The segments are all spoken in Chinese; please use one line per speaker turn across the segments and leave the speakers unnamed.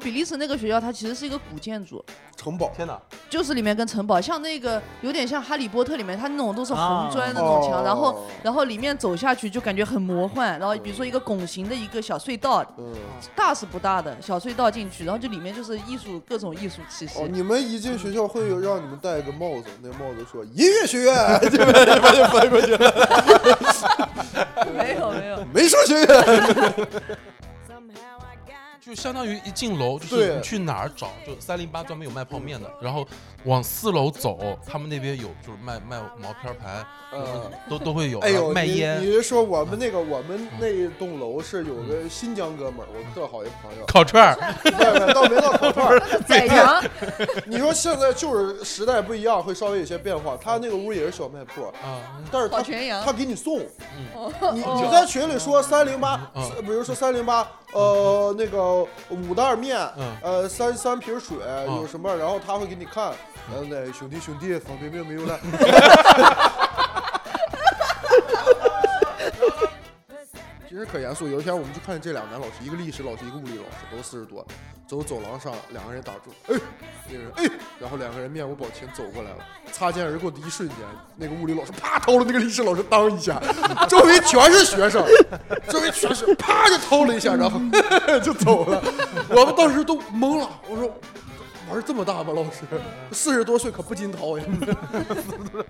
比利时那个学校它其实是一个古建筑，
城堡，
天哪！
就是里面跟城堡，像那个有点像《哈利波特》里面，它那种都是红砖的那种墙，
哦
然后然后里面走下去就感觉很魔幻。然后比如说一个拱形的一个小隧道，
嗯，
大是不大的小隧道进去，然后就里面就是艺术各种艺术气息。
哦，你们一进学校会有让你们戴一个帽子，那帽子说音乐学 院，这边这边就翻过去了，
没有没有，
美术学院，
Somehow I got
就相当于一进楼，就
对
是你去哪儿找，就三零八专门有卖泡面的，然后往四楼走，他们那边有就是卖卖毛片盘，
嗯
都都会有，
哎
然
呦，
后卖
你你
烟，嗯
是说我们那个我们那一栋楼是有个新疆哥们儿，
嗯
我特好一朋 友，
烤串儿，
对倒没到烤串儿。
宰羊
你说现在就是时代不一样，会稍微有些变化。他那个屋也是小卖铺，
啊，
但是
烤
他
全羊
他，给你送，你你
哦，
在群里说三零八
嗯，
比如说三零八，呃，那个五袋面
嗯，
呃，三三瓶水有什么，然后他会给你看，然
嗯
后那兄弟兄弟方便面没 有了，其实可严肃，有一天我们就看见这两个男老师，一个历史老师，一个物理老师，都四十多，走走廊上两个人打住，哎，那个人哎，然后两个人面无表情走过来了，擦肩而过的一瞬间，那个物理老师啪掏了那个历史老师当一下，周围全是学生，周围全是啪就掏了一下，然后 就走了，我们当时都懵了，我说。玩这么大吗，老师？四十多岁可不禁掏呀，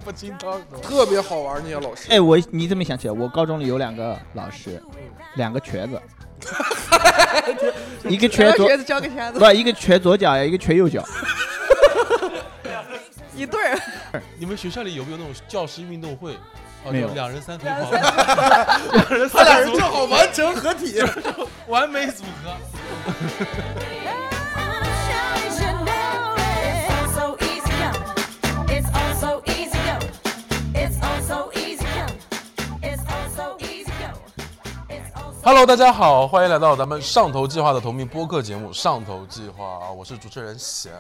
不经常
特别好玩那些 老师。
哎，我你这么想起来，我高中里有两个老师，两个瘸子，一个瘸
然后
左
瘸子交给瞎子，
不，一个瘸左脚，一个瘸右脚。
一对儿。
你们学校里有没有那种教师运动会？啊，
没有
就两人三足跑， 两人
他俩
三
人
足
正好完成合体。
完美组合。
It's all so easy, yo. It's all so easy, yo. It's all so easy, yo. It's all so easy, yo. It's all so
Hello，大家好，欢迎来到咱们上头计划的同名播客节目《上头计划》啊，我是主持人贤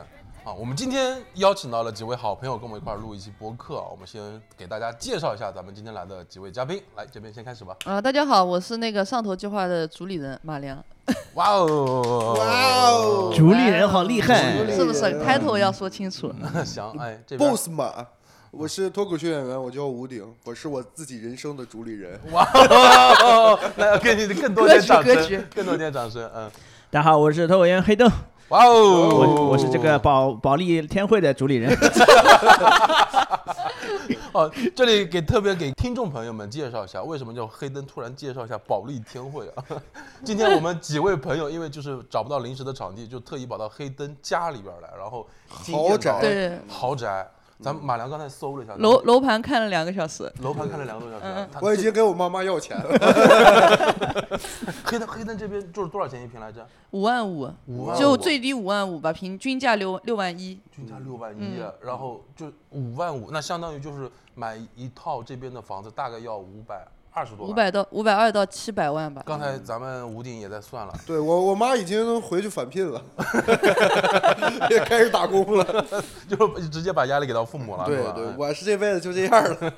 啊。我们今天邀请到了几位好朋友跟我们一块儿录一期播客啊，我们先给大家介绍一下咱们今天来的几位嘉宾，来这边先开始吧。
啊，大家好，我是那个上头计划的主理人马良，
哇哦，
哇哦
主理人好厉害
主理人嗯
是不是？title 要说清楚。
行，哎，这边
Boss 马，我是脱口秀演员，我叫吴鼎，我是我自己人生的主理人。
哇哦， 那要给你更多点掌
格局格
声
局，
更多点掌声，嗯，
大家好，我是脱口演员黑豆，
哇哦，
我我是这个保保利天汇的主理人。
哦，这里给特别给听众朋友们介绍一下，为什么叫黑灯？突然介绍一下保利天汇啊。 今天我们几位朋友，因为就是找不到临时的场地，就特意跑到黑灯家里边儿来，然后惊艳
豪宅
到
对
豪宅。咱们马良刚才搜了一下
楼楼盘看了两个小时，
楼嗯盘看了两个多小时，啊他
我已经跟我妈妈要钱了，
黑灯黑灯这边就是多少钱一平来着？
五万五，
五万五，
就最低五万五吧，平均价六六万一。
均价六万一，
嗯
然后就五万五，那相当于就是买一套这边的房子大概要五百二十多
五
万。
百到五百二到七百万吧。
刚才咱们吴鼎也在算了，
对我我妈已经回去返聘了，也开始打工 了。
就直接把压力给到父母了。
对
是吧
对
哎，
我是这辈子就这样了。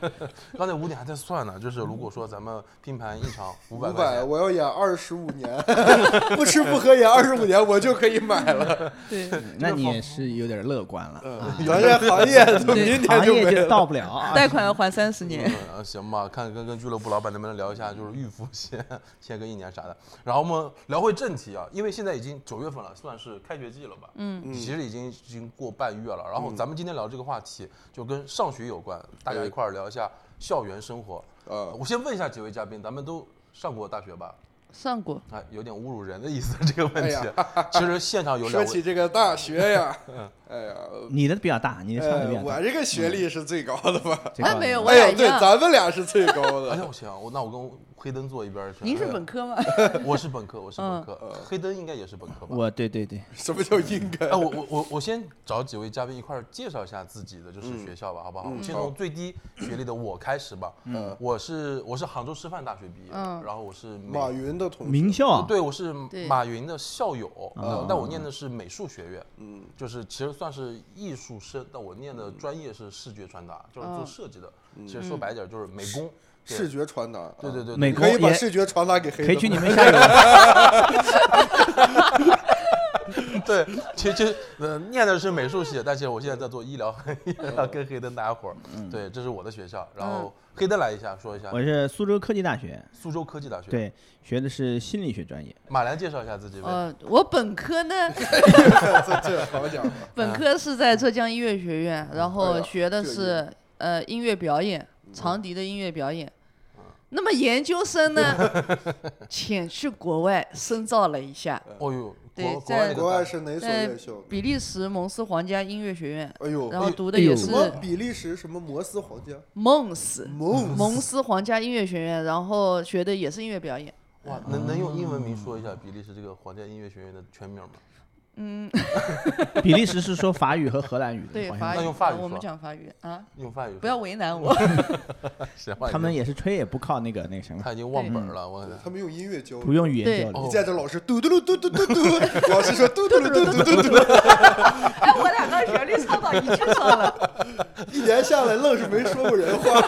刚才五点还在算呢，就是如果说咱们拼盘一场五百
五
块
百，
钱，
我要演二十五年， 不吃不喝演二十五年，我就可以买 了。
对，
那你也是有点乐观了，啊
咱这行业 怎么 明年
行
就
业
没
就
了？
到不了 啊。
贷款还三十
嗯
年。，
呃行吧，看跟跟俱乐部老板能不能聊一下，就是预付先先跟一年啥的。然后我们聊回正题啊，因为现在已经九月份了，算是开学季了吧？嗯，其实已经已经过半月了。然后
嗯
咱们今天聊这个话题就跟上学有关，大家一块儿聊一下校园生活。
哎啊
我先问一下几位嘉宾，咱们都上过大学吧？
上过，
哎，有点侮辱人的意思，这个问
哎
题
呀。
其实现场有
说
两
起
位，
这个大学 呀，哎呀，
你的比较大，你的差的比
呃，
较
我
大。
这个
嗯
学历是最高的吧？
这个
哎没 有我
哎
俩
呦，
一
对，
样
咱们俩是最高的。
哎 呀，我想，我那我跟黑灯坐一边儿去。
您是
哎呀
本科嗯吗？
我是本科，我是本科，黑灯应该也是本科吧？
我对对对，
什么叫应该
哎，？我我我我先找几位嘉宾一块儿介绍一下自己的就是学校吧，好不好？我们先从最低学历的我开始吧。嗯，我是我是杭州师范大学毕业，
嗯
然后我是美哦
马云的同学
名校啊。
对，我是
对
马云的校友，呃但我念的是美术学院，嗯，就是其实算是艺术生，但我念的专业是视觉传达，就是做
嗯
设计的。其实说白点儿就是美工，对
视觉传达，
对对
啊，
对，
美
你
工
可以把
也
视觉传达给黑，
可以去你。们下游。
对，其实呃念的是美术系，但是我现在在做医疗行业，
哦
跟黑灯搭伙儿。对，这是我的学校。
嗯
然后黑灯来一下，说一下
嗯我是苏州科技大学，
苏州科技大学。，
对，学的是心理学专业。
马兰介绍一下自己呗。
呃，我本科呢，
这这好 讲，
本科是在浙江音乐学院，然
哎
后
呀
学的
这
是呃音乐表演，长笛的音乐表演。那么研究生呢，潜去国外深造了一下，
哦呦，
对
国国外
在
那个
国
大
外
学
是哪所
在
院校？
比利时蒙斯皇家音乐学院，
哎呦，
然后读的
哎呦
也
什
是
什么比利时什么摩斯皇家
孟斯
蒙
蒙斯皇家音乐学院，然后学的也是音乐表演。
哇，能能用英文名说一下比利时这个皇家音乐学院的全名吗？
比利时是说法语和荷兰语的，
对
好像
法
那
语，
用法语
我
说
们讲法语啊，
用法语说
不要为难我。
行 吧
他们
已
也是吹也不靠那个那个什
经
么，
他已经忘本了，我
他们用音乐教。
不用语
对
言交
哦
流。
你在这老师嘟嘟噜嘟嘟嘟 嘟，老师说嘟嘟噜嘟嘟嘟嘟，
哎，我俩刚旋律唱到一句上了，
一年下来愣是没说过人话。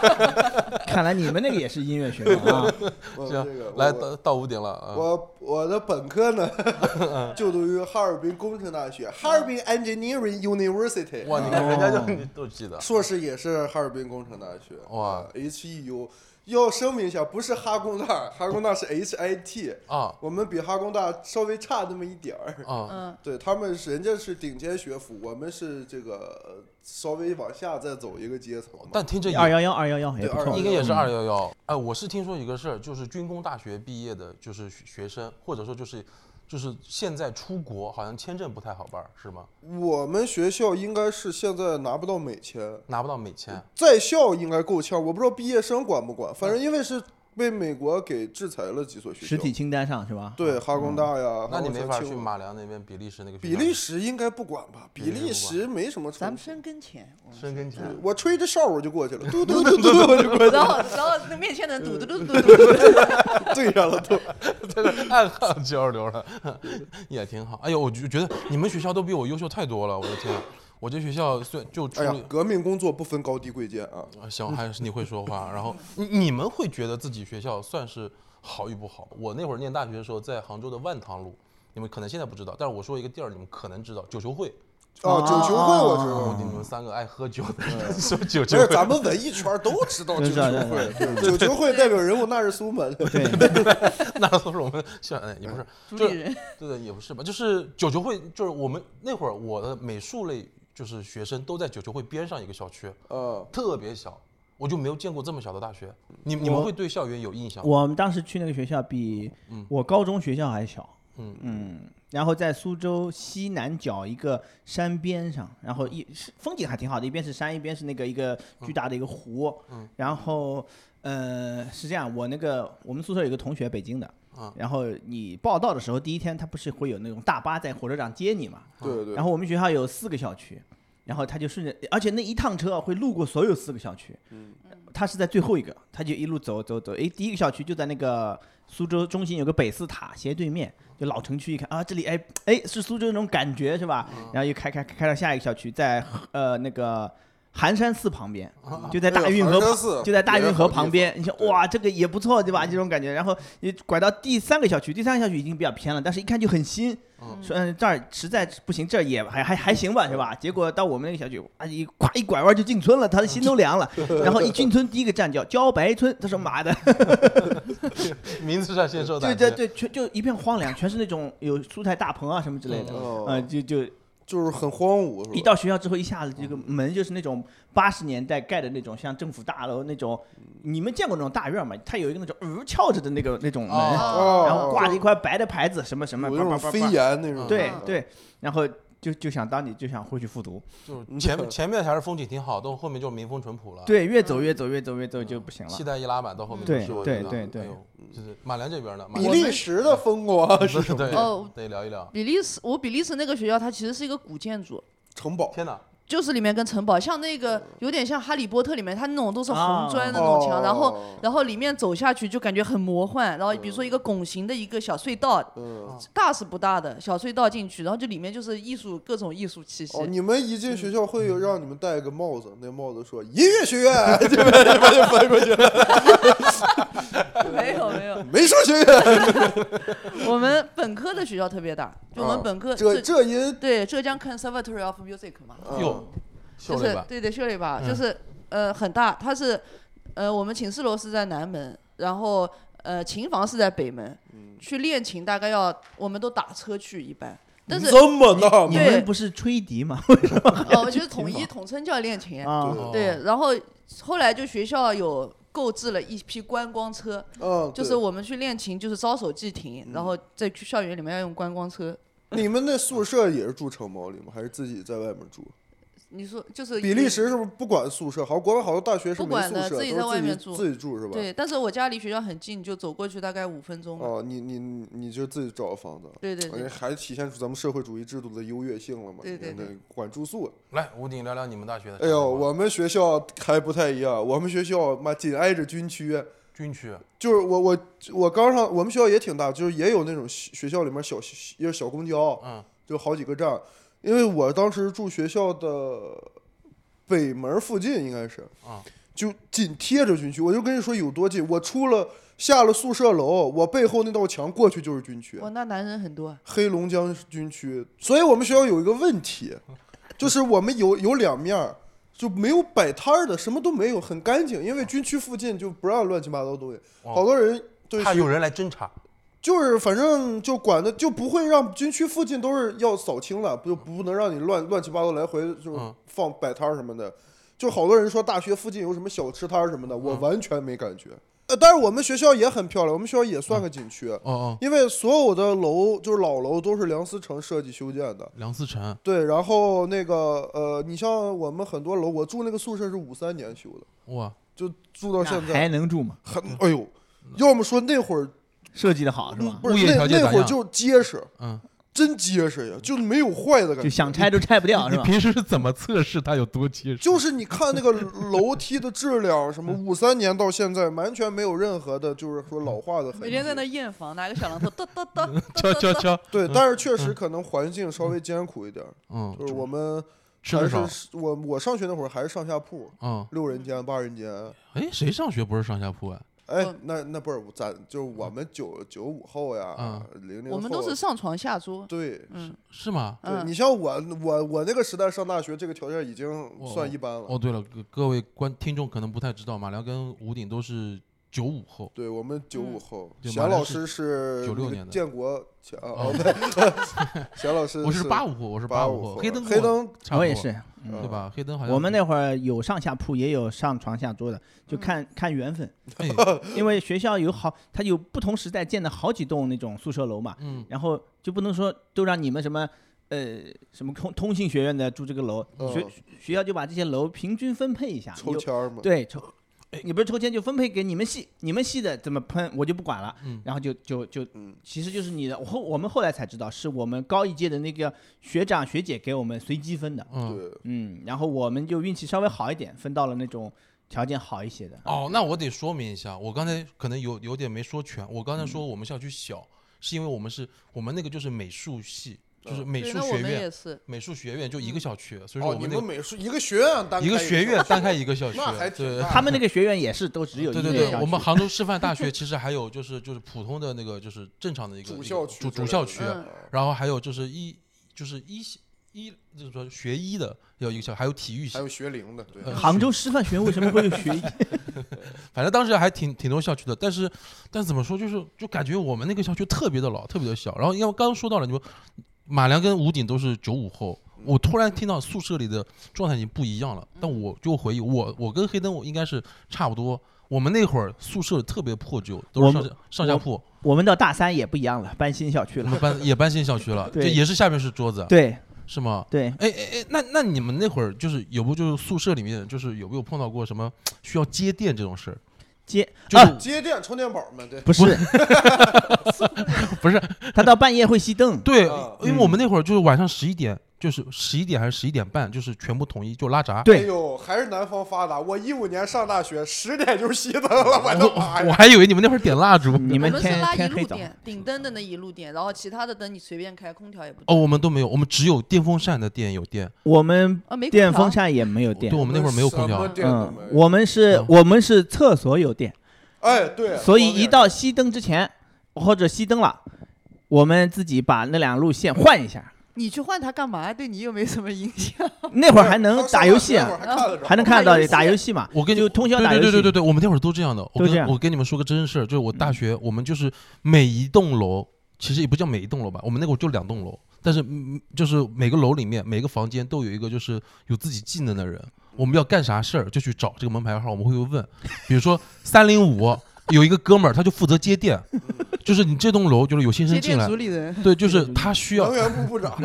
看来你们那个也是音乐学院啊。
我嗯这个
行，来
我
到到屋顶了啊。
我我的本科 呢，就读于哈尔滨工程大学，哈尔滨 Engineering University。嗯
哇，你看人家就你
哦
都记得，
硕士也是哈尔滨工程大学。
哇
，HEU 要声明一下，不是哈工大，哈工大是 HIT，
啊
我们比哈工大稍微差那么一点儿。
啊，
嗯，
对他们是人家是顶尖学府，我们是这个呃稍微往下再走一个阶层嘛。
但听这
二
也
幺幺二幺幺也不
对211
错
应。该也是二幺幺。哎，我是听说一个事儿，就是军工大学毕业的，就是学学生，或者说就是就是现在出国好像签证不太好办儿，是吗？
我们学校应该是现在拿不到美签，
拿不到美签。
在校应该够呛，我不知道毕业生管不管，反
嗯
正因为是被美国给制裁了几所学校。
实体清单上是吧？
对哈工大呀，哈
嗯那你
工
没
大
法
清
去
华
马良那边比利时那个学
比
校
利时应该不管吧？比利时没什么
咱
冲
们
突。
深耕浅，我们
深耕浅，
我吹着哨我就过去了，嘟嘟嘟嘟我就过去
然
了，
后然后那面前人嘟嘟嘟嘟嘟嘟，
对上了都。
这个暗行交流了， 也挺好。哎呦，我就觉得你们学校都比我优秀太多了，我的天！啊我这学校虽然就出
哎
了
呀，革命工作不分高低贵贱啊！
啊，行，还是你会说话。然后你你们会觉得自己学校算是好与不好？我那会儿念大学的时候，在杭州的万塘路，你们可能现在不知道，但是我说一个地儿，你们可能知道，九球会。
啊，九球会我知
我
道，
你们三个爱喝酒的，说九
嗯不
球
是
会。
咱们文艺圈都知道九
对
球会，对九球会代表人物那日苏门。
对，
那都是我们校园，也不是，
主
就
理人
是对对，也不是吧，就是九球会，就是我们那会儿我的美术类就是学生都在九球会边上一个校区，
啊，
特别小，我就没有见过这么小的大学。你你们
我
会对校园有印象吗？
我们当时去那个学校比我高中学校还小。
嗯
嗯，然后在苏州西南角一个山边上，然后一是风景还挺好的，一边是山，一边是那个一个巨大的一个湖。嗯，然后呃是这样，我那个我们宿舍有个同学北京的
嗯，
然后你报到的时候第一天他不是会有那种大巴在火车站接你嘛？
对对
然，后我们学校有四个校区，然后他就顺着，而且那一趟车啊会路过所有四个校区。
嗯
他是在最后一个，他就一路走走走，诶，第一个校区就在那个苏州中心有个北寺塔斜对面，就老城区一看啊，这里哎哎是苏州那种感觉是吧？
嗯
然后又开开开到下一个校区，在呃那个寒山寺旁边，就在大运河
哎呀寒山寺
就在大运河旁边，你
也是好
想
地方
哇这个也不错对吧？这种感觉，然后你拐到第三个校区，第三个校区已经比较偏了，但是一看就很新，说嗯这儿实在不行，这儿也还还还行吧，是吧？结果到我们那个小区，啊一咵一拐弯就进村了，他的心都凉了。然后一进村第一个站叫茭白村，他说妈的，
名字上先说
对
的。
对对，全就一片荒凉，全是那种有蔬菜大棚啊什么之类的，
哦
呃就就
就是很荒芜，是吧？
一到学校之后，一下子这个门就是那种八十年代盖的那种，像政府大楼那种，你们见过那种大院吗？它有一个那种呃翘着的那个那种门，
哦
哦
然后挂着一块白的牌子，什么什么，
有
叭
那
叭
种
叭
飞
叭，
檐那种。
对
嗯，
对，然后就就想当你就想回去复读，
就是 前前面还是风景挺好，到后面就民风淳朴
啊
了。，
对，越走越走越走越走就不行了
期。待一拉满，到后面
对
就是我
对
觉得
对对
哎呦就是马良这边呢，马
比
良
利时的风光是什么？
对
哦
得聊一聊。
比利时，我比利时那个学校它其实是一个古建筑，
城堡。
天哪，
就是里面跟城堡像那个有点像《哈利波特》里面，它那种都是红砖的那种
哦
墙，然后然后里面走下去就感觉很魔幻。然后比如说一个拱形的一个小隧道，
嗯，
大是不大的小隧道进去，然后这里面就是艺术各种艺术气息
哦，。你们一进学校会有让你们戴个帽子，那帽子说音乐学院，就把你们就翻过去 了，
没有没有，
美术学院。
我们本科的学校特别大，就我们本科
哦这
浙
这音，
对浙江 Conservatory of Music 嘛，
嗯
哟，秀
就
了一
是
把，
对对秀了一把，就是呃很大，它是呃我们寝室楼是在南门，然后呃琴房是在北门，
嗯
去练琴大概要我们都打车去一般，但是
这么大
你
吗？
对
们不是吹笛吗？
哦我觉得
琴
统一
房
统称叫练琴，
啊，
哦
对
对，然后后来就学校有购置了一批观光车，
嗯，
就是
对嗯
我们去练琴就是招手即停，然后在去校园里面要用观光车。
你们那宿舍也是住城堡里吗？还是自己在外面住？
你说就是
比利时是不是不管宿舍？好像国外好多大学是
不
没宿
管的
舍，都
自
是
己在外面住
自己住是吧？
对，但是我家离学校很近，就走过去大概五分钟嘛。
哦，你你你你就自己找房子，
对对对
哎还体现出咱们社会主义制度的优越性了嘛？
对对
你看那管住宿，
来吴鼎聊聊你们大学的啥
哎
情
呦，
况。
我们学校还不太一样，我们学校妈紧挨着军区，
军区
就是我我我刚上我们学校也挺大，就是也有那种学学校里面小也是小公交，
嗯，
就好几个站，因为我当时住学校的北门附近应该是，
啊，
就紧贴着军区，我就跟你说有多近，我出了下了宿舍楼，我背后那道墙过去就是军区，
哇，那男人很多啊。
黑龙江军区，所以我们学校有一个问题，就是我们有有两面儿，就没有摆摊儿的，什么都没有，很干净，因为军区附近就不让乱七八糟的东西，
哦
好多人对
怕有人来侦查，
就是反正就管的就不会让军区附近都是要扫清了，不就不能让你乱乱七八糟来回就是
嗯
放摆摊儿什么的。就好多人说大学附近有什么小吃摊儿什么的，我
嗯
完全没感觉。呃，但是我们学校也很漂亮，我们学校也算个景区，
哦哦，
因为所有的楼就是老楼都是梁思成设计修建的。
梁思成，
对，然后那个呃，你像我们很多楼，我住那个宿舍是五三年修的，
哇，
就住到现
那
在，
还能住吗？
很哎呦，要么说那会儿
设计的好是
嗯
吧？
不
物
是
业条
那
件
那
咋
会儿
样
就结实，
嗯，
真结实呀，就没有坏的感
就
觉。
想拆都拆不掉是吧？
时是怎么测试它有多结实？
就是你看那个楼梯的质量，什么
嗯
五三年到现在完全没有任何的，就是说老化的痕迹。
每天在那验房，拿个小榔头，哒哒哒。
嗯敲敲敲，
对，
嗯
但是确实可能环境稍微艰苦一点儿，
哦
嗯，
就是我们
吃
还
的少，
是我我上学那会儿还是上下铺，
嗯，
六人间八人间。
哎，谁上学不是上下铺啊？
哎
嗯，
那那不是咱就是
嗯
我们九九五后呀，零零
我们都是上床下桌。
对。
嗯
是吗？
对
嗯
你，像我，我我那个时代上大学，这个条件已经
我
算一般了。
哦，对了，各各位观听众可能不太知道，马良跟吴鼎都是九五后，
对我们九五
嗯
后，
就
贤
马良
老
是
师是那
96
个
年的
建国前啊，哦
哦
对，贤老师
我是八
五
五后，我是
八
五
五
后，
后，
黑灯
黑灯
差不多
我也是，嗯
对吧？黑灯好像
我们 那会儿有上下铺，也有上床下桌的，就看看缘分。
哎
因为学校有好，它有不同时代建的好几栋那种宿舍楼嘛，
嗯
然后就不能说都让你们什么呃什么通通信学院的住这个楼，
嗯
学学校就把这些楼平均分配一下，
抽
有
签儿嘛，
对抽。哎你不是抽签就分配给你们系，你们系的怎么喷我就不管了，
嗯
然后就就就
嗯，
其实就是你的。我后我们后来才知道，是我们高一届的那个学长学姐给我们随机分的，
嗯，
对，
嗯，然后我们就运气稍微好一点，分到了那种条件好一些的。
哦，那我得说明一下，我刚才可能有有点没说全，我刚才
嗯
说我们校区小，是因为我们是我们那个就是美术系，就是美
对，
术
那我
学
们也嗯
院，
是。
美术学院就一个校区，所以
嗯
说
哦
我，
你
那
们
个
美术一个学院单开
一个学院
校
单开一 个校区
那还，挺
对
大。
他们那个学院也是都只有一
对
个
对
对
对，
校
我们
区
杭州师范大 学其实还有就是就是普通的那个就是正常的一个
主
一个
校区
主
之
主
类
校
的
区，啊
嗯
然后还有就是医就是医系医就是说学医的有一个校，还有体育系
还，有学龄的，对，
呃
杭州师范学院为什么会有 学医？
反正当时还挺挺多校区的，但是但怎么说就是就感觉我们那个校区特别的老，特别的小。然后因为刚刚说到了，你们马良跟吴鼎都是九五后，我突然听到宿舍里的状态已经不一样了。但我就回忆，我我跟黑灯我应该是差不多。我们那会儿宿舍特别破旧，都是
我
上
们
下上下铺，
我们到大三也不一样了，搬新校区
我们
了。
搬也搬新校区了，就
对
也是下面是桌子，
对
是吗？
对，
哎哎哎，那那你们那会儿就是有不就是宿舍里面就是有没有碰到过什么需要接电这种事儿？
接
就是
啊
接电充电宝嘛，对，
不是
不是
他到半夜会熄灯。
对
啊，
因为我们那会儿就是晚上十一点，就是十一点还是十一点半，就是全部统一就拉闸。
哎
对，
呦，还是南方发达，我一五年上大学，十点就熄灯了，我的妈
我
呀！
还以为你们那会儿点蜡烛。
你们
我们是
天
拉一
天黑
路
早。
电，顶灯的那一路电，然后其他的灯你随便开，空调也不
哦，我们都没有，我们只有电风扇的电有电，
我们
啊没空
电
调。
风扇也没有
对
电。
我们那会儿没有空
什么
调。
电都
嗯
没，有
我们是
嗯
我们是厕所有电，
哎对，
所以
我们也
一
是
到熄灯之前或者熄灯了，我们自己把那两路线换一下。
你去换它干嘛？对你又没什么影响。
那会儿还能打游戏
那会儿还
啊，
看得着
还能看得到
打游戏
打游戏嘛？
我跟你
就通宵打游
对对
戏。
对对对，我们那会儿都这样的。我
都这
跟
样嗯
我跟你们说个真事儿，就是我大学，我们就是每一栋楼，其实也不叫每一栋楼吧，我们那会儿就两栋楼，但是嗯就是每个楼里面每个房间都有一个就是有自己技能的人，我们要干啥事儿就去找这个门牌号，我们会问，比如说三零五有一个哥们儿，他就负责接电，
嗯
就是你这栋楼就是有新
接
生进
电
来
组。里人，
对，就是他需要
能，源部部
嗯
长，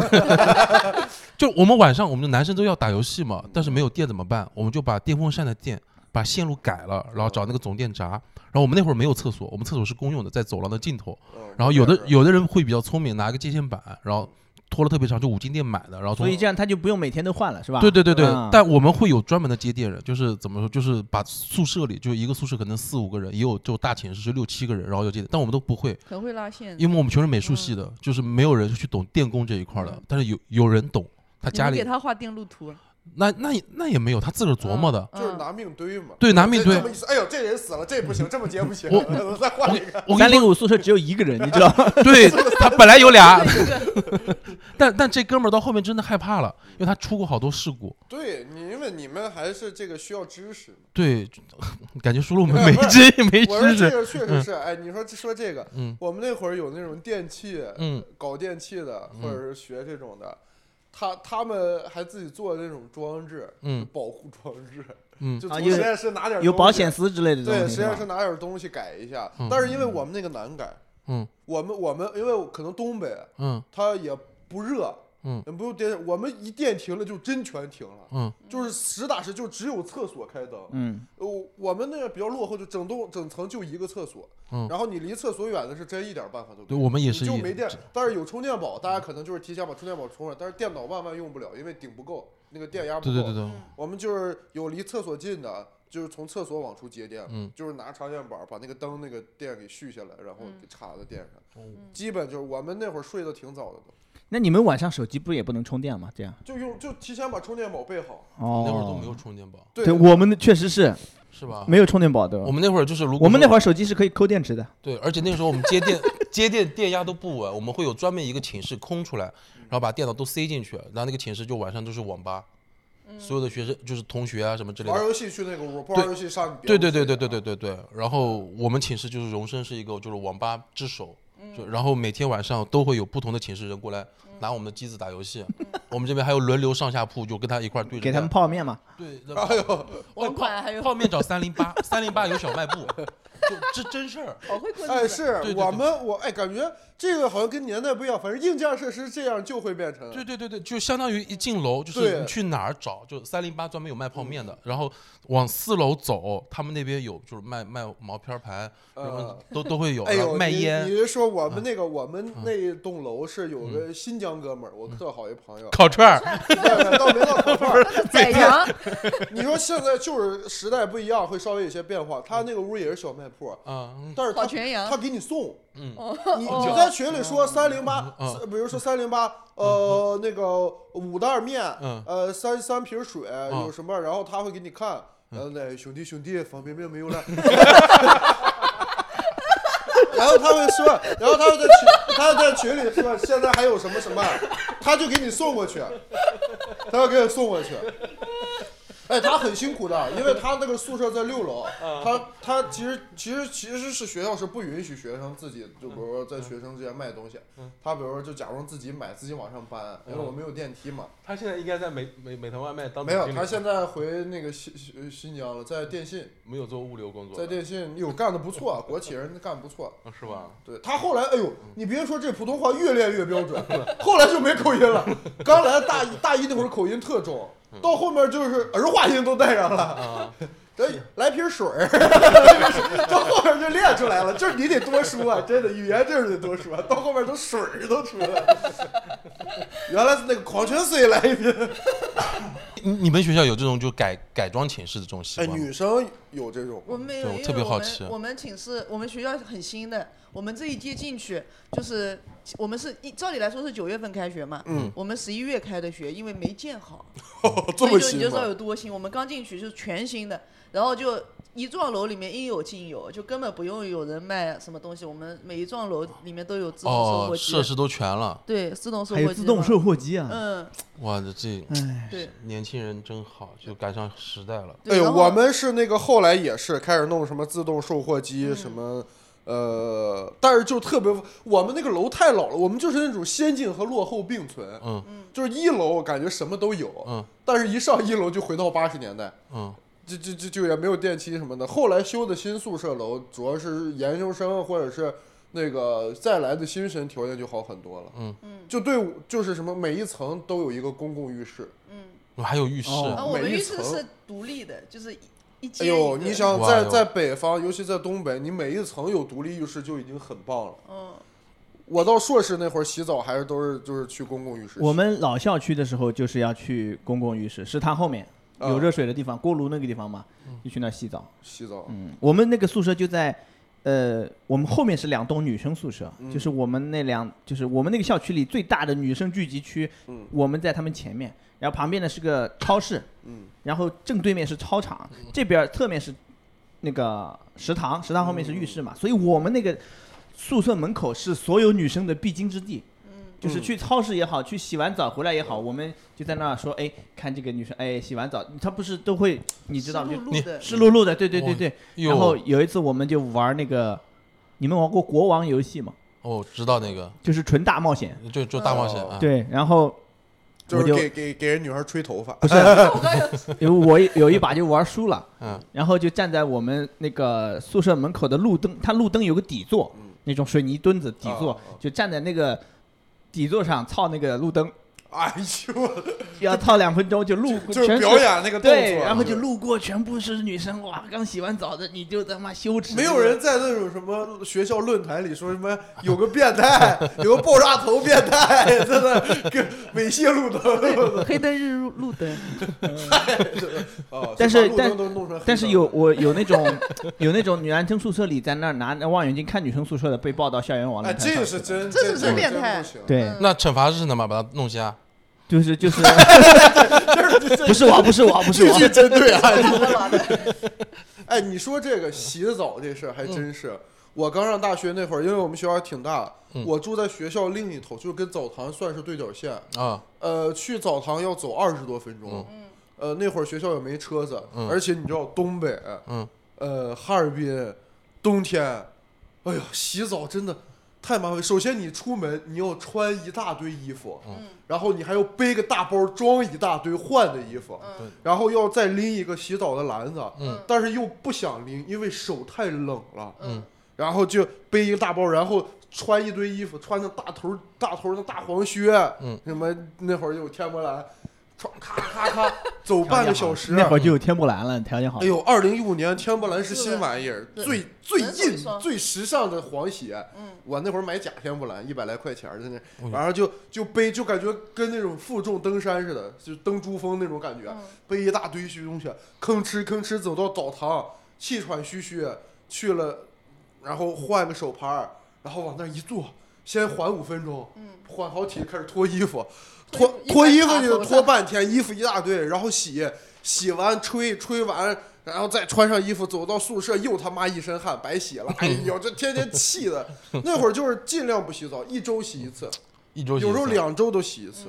就我们晚上我们的男生都要打游戏
嗯
嘛，但是没有电怎么办？我们就把电风扇的电把线路改了，然后找那个总电闸。然后我们那会儿没有厕所，我们厕所是公用的，在走廊的尽头。
嗯
然后有的有的人会比较聪明，拿个接线板，然后拖了特别长，就五金店买的，然后从
所以这样他就不用每天都换了，是吧？
对对对对，
嗯
但我们会有专门的接电人，就是怎么说，就是把宿舍里就一个宿舍可能四五个人，也有就大寝室是六七个人，然后就接电，但我们都不会，
很会拉线。
因为我们全是美术系
嗯
的，就是没有人去懂电工这一块儿的
嗯，
但是有有人懂，他
你
家
们
里
给他画电路图，
那那也那也没有，他自个儿琢磨的。
嗯
就是拿命堆嘛，
对拿命
这
堆
这么一说，哎呦，这人死了，这不 行，这么接不行，再换一个。
我跟
三
你
零五宿舍只有一个人，你知道吗？
说，对他本来有俩，但但这哥们儿到后面真的害怕了，因为他出过好多事故。
对，你因为你们还是这个需要知识嘛。
对，就感觉说了我们没知没
我说
哎知
这
识。
个确实是，哎，你说说这个，
嗯
我们那会儿有那种电器，
嗯，
搞电器的，或者是学这种的，他他们还自己做那种装置，
嗯
就保护装置，
嗯
就
啊
从
有
实验室拿点
有
东
保
西
险，丝之类的东
对，实
西。是
验
吧
室拿点东西改一下
嗯，
但是因为我们那个难改，
嗯
我们我们因为可能东北
嗯
它也不热，
嗯
也不用电，我们一电停了就真全停了，
嗯
就是实打实就只有厕所开灯，
嗯，
我呃我们那个比较落后，就整栋整层就一个厕所，
嗯
然后你离厕所远的是真一点办法都没有。
对我们也是
你就
一
没电，但是有充电宝，大家可能就是提前把充电宝充上，但是电脑万万用不了，因为顶不够，那个电压不够。嗯
对对对对，
我们就是有离厕所近的，就是从厕所往出接电，
嗯
就是拿插电板把那个灯那个电给续下来，然后
嗯
给插在电上。
嗯
基本就是我们那会儿睡得挺早的都，
那你们晚上手机不也不能充电吗？这样
就用就提前把充电宝备好。
哦
那会儿都没有。充电宝，
对
对，我们的确实是
是吧？
没有充电宝，对吧
我？们那会儿就是，如果
我们那会
儿
儿手机是可以抠电池的，
对，而且那个时候我们接电接电电压都不稳，我们会有专门一个寝室空出来，然后把电脑都塞进去，然后那个寝室就晚上就是网吧，所有的学生就是同学啊什么之类的
玩，游戏去那个屋，不玩游戏上你别
对
屋
对
睡
对对
啊
对对对对。然后我们寝室就是荣升是一个就是网吧之首，就然后每天晚上都会有不同的寝室人过来拿我们的机子打游戏， 我们这边还有轮流上下铺，就跟他一块儿对着
给他们
干
泡面嘛。
对，
哎呦，
我
网管还有
泡面找三零八，三零八有小卖部，就这真事儿。
好会过
哎，
日子。
是
对对
我
对
们我哎，感觉这个好像跟年代不一样，反正硬件设施这样就会变成。
对对对对，就相当于一进楼，就是
对
你去哪儿找，就三零八专门有卖泡面的，然后往四楼走，他们那边有就是卖卖毛片盘，什么
呃
都都会有，
哎
然
呦，
后卖
你
烟嗯
你。是说我们那个我们那栋楼是有个新疆哥们儿，
嗯
我特好一朋 友，
烤串儿，
对倒没到烤串儿。
宰羊，
你说现在就是时代不一样，会稍微有些变化。他那个屋也是小卖铺，
嗯，
但是
烤
他
全羊哦
他给你送。
嗯
你你在群里说三零八
嗯，
比如说三零八，呃，那个五袋面
嗯，
呃，三三瓶水，有什么？然后他会给你看，
嗯
呃，那兄弟兄弟，方便面没有了。 然后他会说，然后他会在群，他会在群里说现在还有什么什么，他就给你送过去，他要给你送过去。哎，他很辛苦的，因为他那个宿舍在六楼，
嗯
他他其实其实其实是学校是不允许学生自己，就比如说在学生之间卖东西，
嗯
他比如说就假装自己买，自己往上搬，因为我们有电梯嘛。
他现在应该在美美美团外卖当
没有，
嗯总经理
他现在回那个新新新疆了，在电信，
没有做物流工作，
在电信有干的不错，国企人干得不错。
嗯是吧？
对他后来，哎呦，你别说这普通话越练越标准， 后来就没口音了。刚来大一大一那会儿口音特重，到后面就是儿化音都带上了。
啊，
得来瓶水儿，来瓶水 儿到后面就练出来了。就是你得多说、啊真的，语言就是得多说、到后面都水儿都出来了。 原来是那个矿泉水来一瓶。
你你们学校有这种就改改装寝室的这种 习
哎，
惯吗？
女生有这种
我们没有，
对我
因为
特别
我
好
们
奇
我们寝室，我们学校很新的，我们这一届进去就是我们是一照理来说是九月份开学嘛，
嗯，
我们十一月开的学，因为没建好，
这
所
么
以就你
新
就知道
吗？
有多新。我们刚进去是全新的，然后就一幢楼里面应有尽有，就根本不用有人卖什么东西。我们每一幢楼里面都有自动售
哦
货，机，
设施都全了，
对，自动售货
还
机
有
嘛，
自动售货机啊，
嗯，
哇，这这
哎，
对
年轻人真好，就赶上时代了。
对。
哎呦，
然后
我们是那个后来也是开始弄什么自动售货
嗯
机什么。呃，但是就特别，我们那个楼太老了，我们就是那种先进和落后并存，
嗯
就是一楼感觉什么都有，
嗯
但是一上一楼就回到八十年代，
嗯
就就就就也没有电梯什么的。后来修的新宿舍楼，主要是研究生或者是那个再来的新生条件就好很多了。
嗯
就对我，就是什么每一层都有一个公共浴室。
嗯，还有浴室，
哦
啊，我们
每一
浴室
层
是独立的，就是一一
哎
间一
呦，
个
你想
哇
在
哟
在北方，尤其在东北，你每一层有独立浴室就已经很棒了。
嗯，
我到硕士那会儿洗澡还是都是就是去公共浴室洗。
我们老校区的时候就是要去公共浴室，食堂后面
啊
有热水的地方，锅炉那个地方嘛，
嗯
就去那儿洗澡。
洗澡，
嗯，我们那个宿舍就在，呃，我们后面是两栋女生宿舍，
嗯
就是我们那两，就是我们那个校区里最大的女生聚集区，
嗯
我们在他们前面，然后旁边呢是个超市，
嗯，
然后正对面是操场，
嗯
这边儿侧面是那个食堂，食堂后面是浴室
嗯
嘛，所以我们那个宿舍门口是所有女生的必经之地。
嗯
就是去超市也好，去洗完澡回来也好，我们就在那儿说，哎，看这个女生，哎，洗完澡，她不是都会，你知道吗？
湿
就
漉
你
漉的，
湿漉漉的，对对
哇
对对。
哟
然后有一次我们就玩那个，你们玩过国王游戏吗？
哦，知道那个，
就是纯大冒险。
就就大冒险啊，
对，然后
就
我
是
就
给给给人女孩吹头发。
不是
我刚才
有我有一把就玩输了，
嗯，
然后就站在我们那个宿舍门口的路灯，它路灯有个底座，
嗯
那种水泥墩子底座
啊啊，
就站在那个底座上操那个路 灯，
哎呦，
要操两分钟就路过，
就是
全
表演那个动
对，
作，
然后就路过全部是女生，哇，刚洗完澡的你就他妈羞耻，
没有人在那种什么学校论坛里说什么有个变态，有个爆炸头变态，在那跟猥亵路灯。
黑灯日入路灯，
哦
但是
把路
但
灯都弄成黑的
但是有我有那种有那种女男生宿舍里在那儿拿望远镜看女生宿舍的，被报到校园网里
哎，
看上去。
这是真，
这是真
真
变态
不行
对，
嗯
那惩罚是什么？把它弄瞎。
就是就是，不是我，不是我，不是
这
我，哎
是针对 啊！
干嘛的？
哎，你说这个洗澡这事儿还真是，我刚上大学那会儿，因为我们学校挺大，我住在学校另一头，就是跟澡堂算是对角线。
啊，
呃，去澡堂要走二十多分钟。呃，那会儿学校也没车子，
嗯
而且你知道东北，
嗯，
呃，哈尔滨冬天，哎呦，洗澡真的太麻烦。首先你出门你要穿一大堆衣服，
嗯
然后你还要背个大包装一大堆换的衣服，
对
然后要再拎一个洗澡的篮子，
嗯
但是又不想拎，因为手太冷了，
嗯
然后就背一个大包，然后穿一堆衣服，穿那大头大头那大黄靴，
嗯，
什么那会儿有天魔蓝，穿咔咔咔走半个小时。啊
那会儿就有天不蓝了，条件好
哎。呦，二零一五年天波蓝是新玩意儿，
对
最最
能走一
硬
双、
最时尚的黄鞋。
嗯，
我那会儿买假天波蓝，一百来块钱儿在那，然后就就背，就感觉跟那种负重登山似的，就登珠峰那种感
嗯
觉，背一大堆虚东西，吭哧吭哧走到澡堂，气喘吁吁去了，然后换个手牌儿，然后往那儿一坐，先缓五分钟，
嗯
缓好体开始脱衣服，
一
脱
般
脱衣服
大
你
头
得脱半天，衣服一大堆，然后洗，洗完吹，吹完。然后再穿上衣服走到宿舍，又他妈一身汗，白洗 了。哎呦，这天天气 的，那会儿就是尽量不洗澡，一周洗一次，
一周洗 一
有时候嗯
次。
两周都洗一次。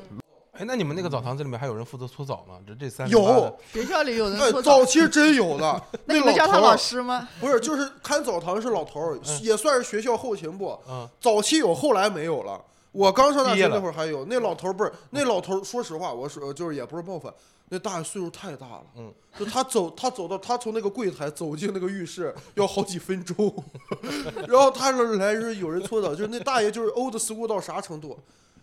哎，那你们那个澡堂子里面还有人负责搓澡吗？这这三
有
38
学校里有人
哎
搓，澡
早，期真有的，
那你
老
们叫他
头儿啊
老师 吗？
不
嗯
是，就是看澡堂是老头儿，也算是学校后勤部。
嗯
早期有，后来没有了。我刚上大
毕
学
业
那
了嗯
会儿还有，那老头儿不是那老头儿，说实话，我说就是也不是冒犯，那大爷岁数太大了。
嗯，
就他走，他走到他从那个柜台走进那个浴室要好几分钟， 然后他说来是有人搓澡，就是那大爷就是 old school 到啥程度，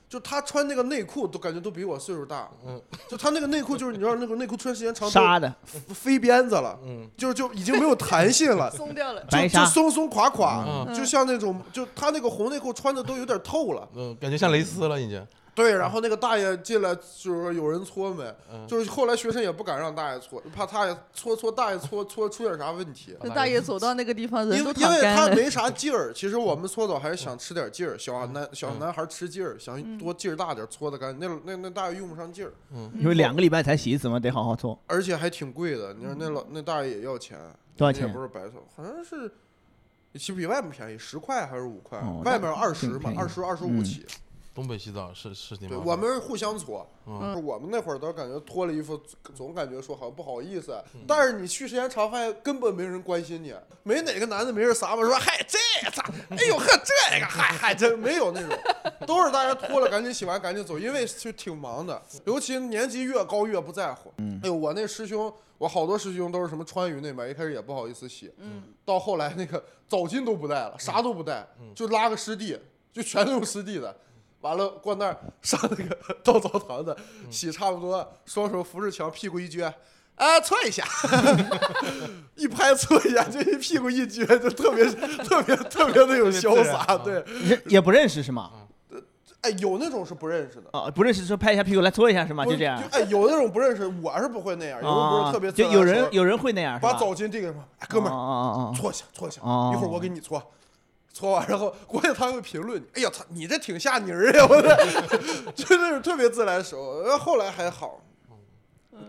就他穿那个内裤都感觉都比我岁数大。
嗯，
就他那个内裤就是你知道那个内裤穿时间长
纱的，
都飞边子了，
嗯，
就就已经没有弹性了，
松掉了，
白
就
纱
就松松垮垮，
嗯
就像那种，就他那个红内裤穿的都有点透了。
嗯
嗯，感觉像蕾丝了已经。
对，然后那个大爷进来，就是说有人搓没，
嗯
就是后来学生也不敢让大爷搓，怕大爷搓搓大爷搓搓出点啥问题。
那大爷走到那个地方，嗯人
因
都
为
躺
因为
干
他
了。嗯
没啥劲儿，其实我们搓澡还是想吃点劲儿，小男小男孩吃劲儿，想多劲儿大点儿搓的干净。那那那大爷用不上劲儿，
因为两个礼拜才洗一次嘛，得好好搓。
而且还挺贵的。你说那老那大爷也要钱，
嗯多少
也
钱
不？是白搓，好像是其实比外面便宜，十块还是五块
哦，
外面二十
挺
嘛
便，宜
二十二十五
嗯
起。
东北洗澡是是挺
对，
麻
我
烦的。
们互相搓，
嗯
我们那会儿都感觉脱了衣服，总感觉说好像不好意思。但是你去时间长，发现根本没人关心你，没哪个男的没事撒嘛说嗨这咋，哎呦呵这个嗨嗨这没有那种，都是大家脱了赶紧洗完赶紧走，因为就挺忙的，尤其年级越高越不在乎。哎呦，我那师兄，我好多师兄都是什么川渝那边，一开始也不好意思洗，到后来那个澡巾都不带了，啥都不带，就拉个师弟，就全都用师弟的。完了，过那儿上那个 到澡堂子
嗯
洗差不多，双手扶着墙，屁股一撅，啊，搓一 下，一拍搓一下，就一屁股一撅，就特别特别特别的有潇
啊
洒。对，
是也不认识是吗？
哎，有那种是不认识的，
啊，不认识说拍一下屁股来搓一下是吗？
不
啊就是这样。
哎，有那种不认识，我是不会那样，有的不是
啊
特别，自
就
然
有
说
人有人会那样是吧？
把澡巾这个什么，哎，哥们儿
啊，啊啊啊！
搓一下，搓一下，
哦
一会儿我给你搓，搓完然后关键他会评论你，哎呀操，你这挺下泥儿呀，啊我这 就那种特别自来熟。呃然后后来还好，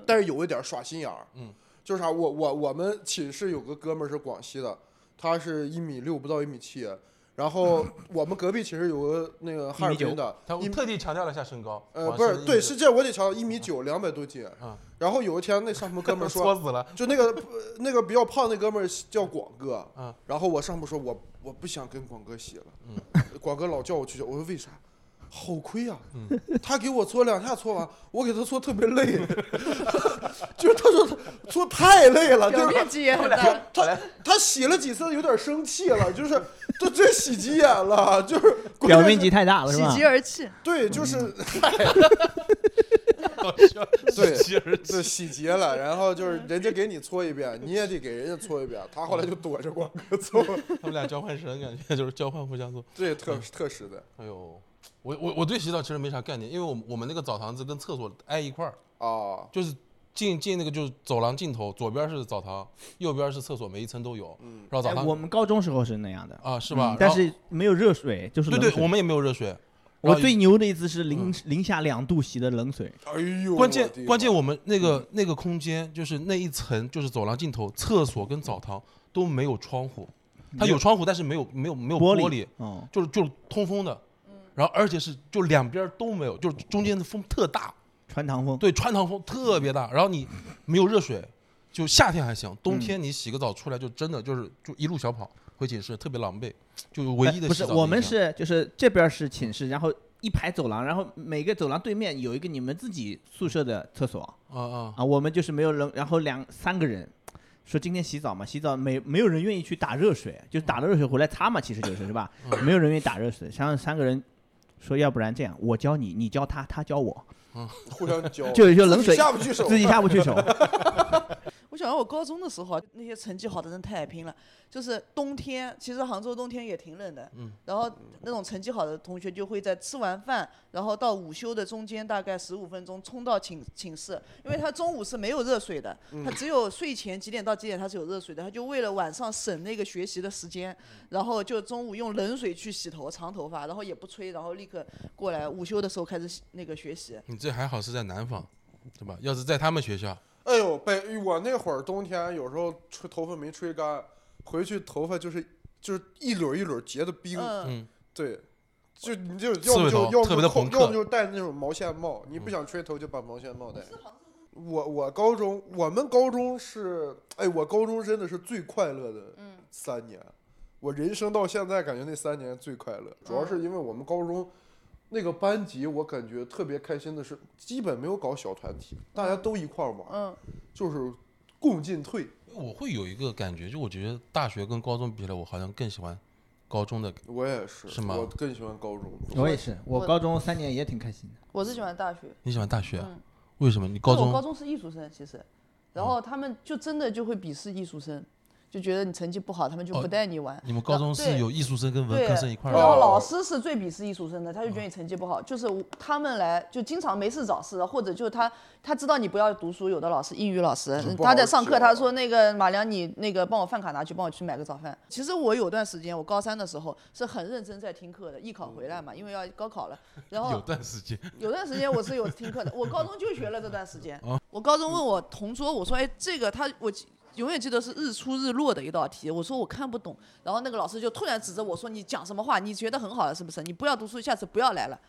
但是有一点耍心眼儿，
嗯，
就是啥、我我我们寝室有个哥们儿是广西的，他是一米六不到一米七，然 后我们隔壁寝室有个那个哈尔滨的，
他
一
我特地强调了一下身高，
呃
往
不是
身
对
一
是这我得强调一米九两百多斤
嗯，
然后有一天那上面 哥们儿说
搓死了，
就那个 呃那个比较胖那哥们儿叫广哥，
啊
嗯
然后我上铺说我我不想跟广哥洗了，
嗯
广哥老叫我去洗，我说为啥？好亏呀、
嗯
他给我搓两下搓完，我给他搓特别累， 就是他说他搓太累了，就
表
是
面积也很
他
大，
他他洗了几次有点生气了，就是这这洗急眼了， 就是
表面嗯积太大了是
喜
吧
极？而泣。
对，就是
搞笑，
对
喜极而泣
就洗劫了，然后就是人家给你搓一遍，你也得给人家搓一遍，他后来就躲着广哥搓，
他们俩交换神，感觉就是交换互相做。
这也
嗯
特特实在。
哎呦，我我我对洗澡其实没啥概念，因为我们我们那个澡堂子跟厕所挨一块儿，
哦，
就是进进那个就是走廊尽头，左边是澡堂，右边是厕所，每一层都有。
嗯
然后澡
哎
堂、
我们高中时候是那样的，
啊是吧？
嗯但
然后
是没有热水，就是
对
冷
对，
水
我们也没有热水。然
我
后
最牛的一次是零零下两度洗的冷水，
哎呦，
关键
我的嗯妈
关键，我们那个那个空间就是那一层就是走廊尽头，厕所跟澡堂都没有窗户，它有窗户但是没有没有没有玻
嗯玻哦，
就是就是通风的，
嗯
然后而且是就两边都没有，就是中间的风特大，
穿堂风，
对，穿堂风特别大，然后你没有热水，就夏天还行，
嗯
冬天你洗个澡出来就真的就是就一路小跑回寝室，特别狼狈，就唯一的
哎不
洗
是
澡的
我们
印象
是就是这边是寝室，然后一排走廊，然后每个走廊对面有一个你们自己宿舍的厕所
啊啊
啊，我们就是没有人，然后两三个人。说今天洗澡嘛，洗澡没没有人愿意去打热水，就是打了热水回来擦嘛，其实就是是吧？没有人愿意打热水，然后三个人说，要不然这样，我教你，你教他，他教我，
互相 教，
就是就冷
哦自己
水
下不去手，
自己下不去手，
我想到我高中的时候，啊那些成绩好的人太拼了。就是冬天，其实杭州冬天也挺冷的。
嗯。
然后那种成绩好的同学就会在吃完饭，然后到午休的中间大概十五分钟冲到寝寝室，因为他中午是没有热水的，他只有睡前几点到几点他是有热水的，他就为了晚上省那个学习的时间，然后就中午用冷水去洗头、长头发，然后也不吹，然后立刻过来午休的时候开始洗那个学习。
你这还好是在南方，对吧？要是在他们学校，
哎呦，被我那会儿冬天有时候吹头发没吹干，回去头发就是就是一绺一绺结的冰，
嗯，
对，就你就
刺
要
猬
么
头
就要
特
么
别的
就
朋
扣
克嗯
要么就戴那种毛线帽，你不想吹头就把毛线帽戴。我我高中我们高中是哎，我高中真的是最快乐的三年，我人生到现在感觉那三年最快乐，主要是因为我们高中。那个班级，我感觉特别开心的是，基本没有搞小团体，大家都一块儿玩，
嗯，
就是共进退。
我会有一个感觉，就我觉得大学跟高中比起来，我好像更喜欢高中的。
我也是，
是吗
我更喜欢高中。
我也是，我
我
高中三年也挺开心的。
我是喜欢大学。
你喜欢大学啊？
嗯
为什么？你
因
高
为我
中
高中是艺术生，其实，然后他们就真的就会鄙视艺术生，就觉得你成绩不好，他们就不
哦
带你玩。
你们高中
对
是有艺术生跟文
对，
科生一块儿
哦
然后
的，
老师是最鄙视艺术生的，他就觉得你成绩不好，就是他们来就经常没事找事，或者就他他知道你不要读书，有的老师英语老师
就不好
他在上课，
教
他说那个马良你那个帮我饭卡拿去，帮我去买个早饭。其实我有段时间，我高三的时候是很认真在听课的，艺考回来嘛，因为要高考了，然后
有段时间
有段时间我是有听课的，我高中就学了这段时间。我高中问我同桌，我说：“哎，这个他我记永远记得是日出日落的一道题，我说我看不懂。”然后那个老师就突然指着我说：“你讲什么话？你觉得很好了是不是？你不要读书，下次不要来了。”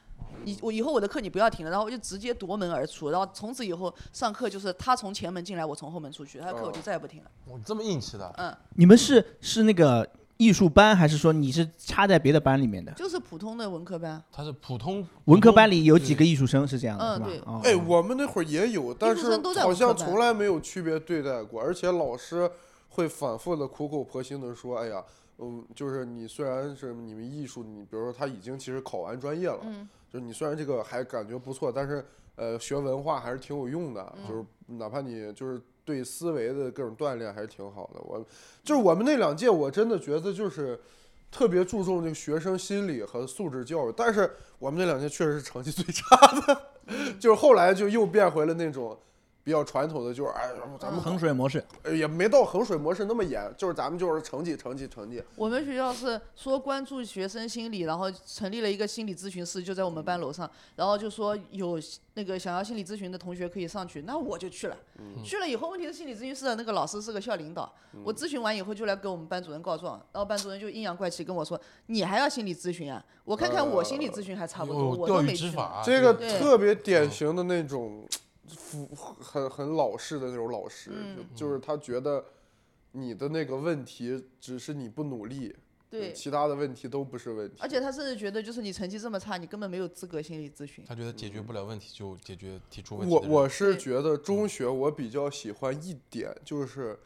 以我以后我的课你不要听了，然后我就直接夺门而出，然后从此以后上课就是他从前门进来，我从后门出去，他的课我就再也不听了。
我哦这么硬气的，啊
嗯
你们是是那个艺术班，还是说你是插在别的班里面的？
就是普通的文科班，
他是普通
文科班里有几个艺术生是这样的，
嗯
是吧
对？
哦
哎，我们那会儿也有，但是
生都在
好
文
像
科班
从来没有区别对待过，而且老师会反复的苦口婆心的说：“哎呀，嗯，就是你虽然是你们艺术，你比如说他已经其实考完专业了，
嗯
就是你虽然这个还感觉不错，但是呃学文化还是挺有用的，
嗯
就是哪怕你就是对思维的各种锻炼还是挺好的。我就是我们那两届，我真的觉得就是。”特别注重这个学生心理和素质教育，但是我们那两届确实是成绩最差的， 就是后来就又变回了那种比较传统的，就是哎，咱们
衡水模式，
呃也没到衡水模式那么严，就是咱们就是成绩成绩成绩，
我们学校是说关注学生心理，然后成立了一个心理咨询室，就在我们班楼上。然后就说有那个想要心理咨询的同学可以上去，那我就去了。去了以后，问题是心理咨询室的那个老师是个校领导，我咨询完以后就来给我们班主任告状，然后班主任就阴阳怪气跟我说：“你还要心理咨询啊？我看看我心理咨询还差不多，
呃有
我
钓
都
鱼
没
执
去呢。
法，啊
这个
对
特别典型的那种服很很老式的那种老师，
嗯
就就是他觉得你的那个问题只是你不努力，
对，
其他的问题都不是问题，
而且他甚至觉得就是你成绩这么差，你根本没有资格心理咨询。
他觉得解决不了问题就解决提出问题
我
的人。
我是
对
觉得中学我比较喜欢一点就是，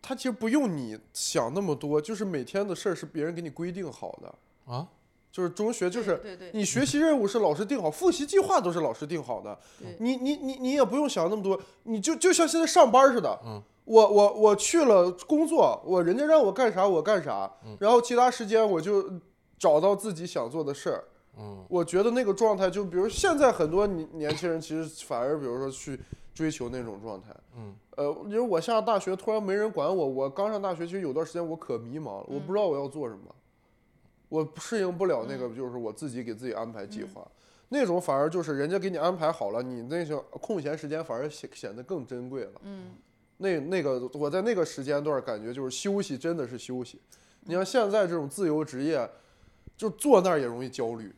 他其实不用你想那么多，就是每天的事儿是别人给你规定好的，
啊，
就是中学就是
对对对
你学习任务是老师定好，复习计划都是老师定好的
对，
你你你你也不用想那么多，你就就像现在上班似的，
嗯
我我我去了工作，我人家让我干啥我干啥，
嗯
然后其他时间我就找到自己想做的事儿，
嗯，
我觉得那个状态，就比如现在很多年年轻人其实反而，比如说去追求那种状态，
嗯，
呃，因为我上大学突然没人管我，我刚上大学其实有段时间我可迷茫了，我不知道我要做什么，我适应不了那个，就是我自己给自己安排计划，那种反而就是人家给你安排好了，你那些空闲时间反而显显得更珍贵了，嗯，那那个我在那个时间段感觉就是休息真的是休息，你像现在这种自由职业，就坐那儿也容易焦虑。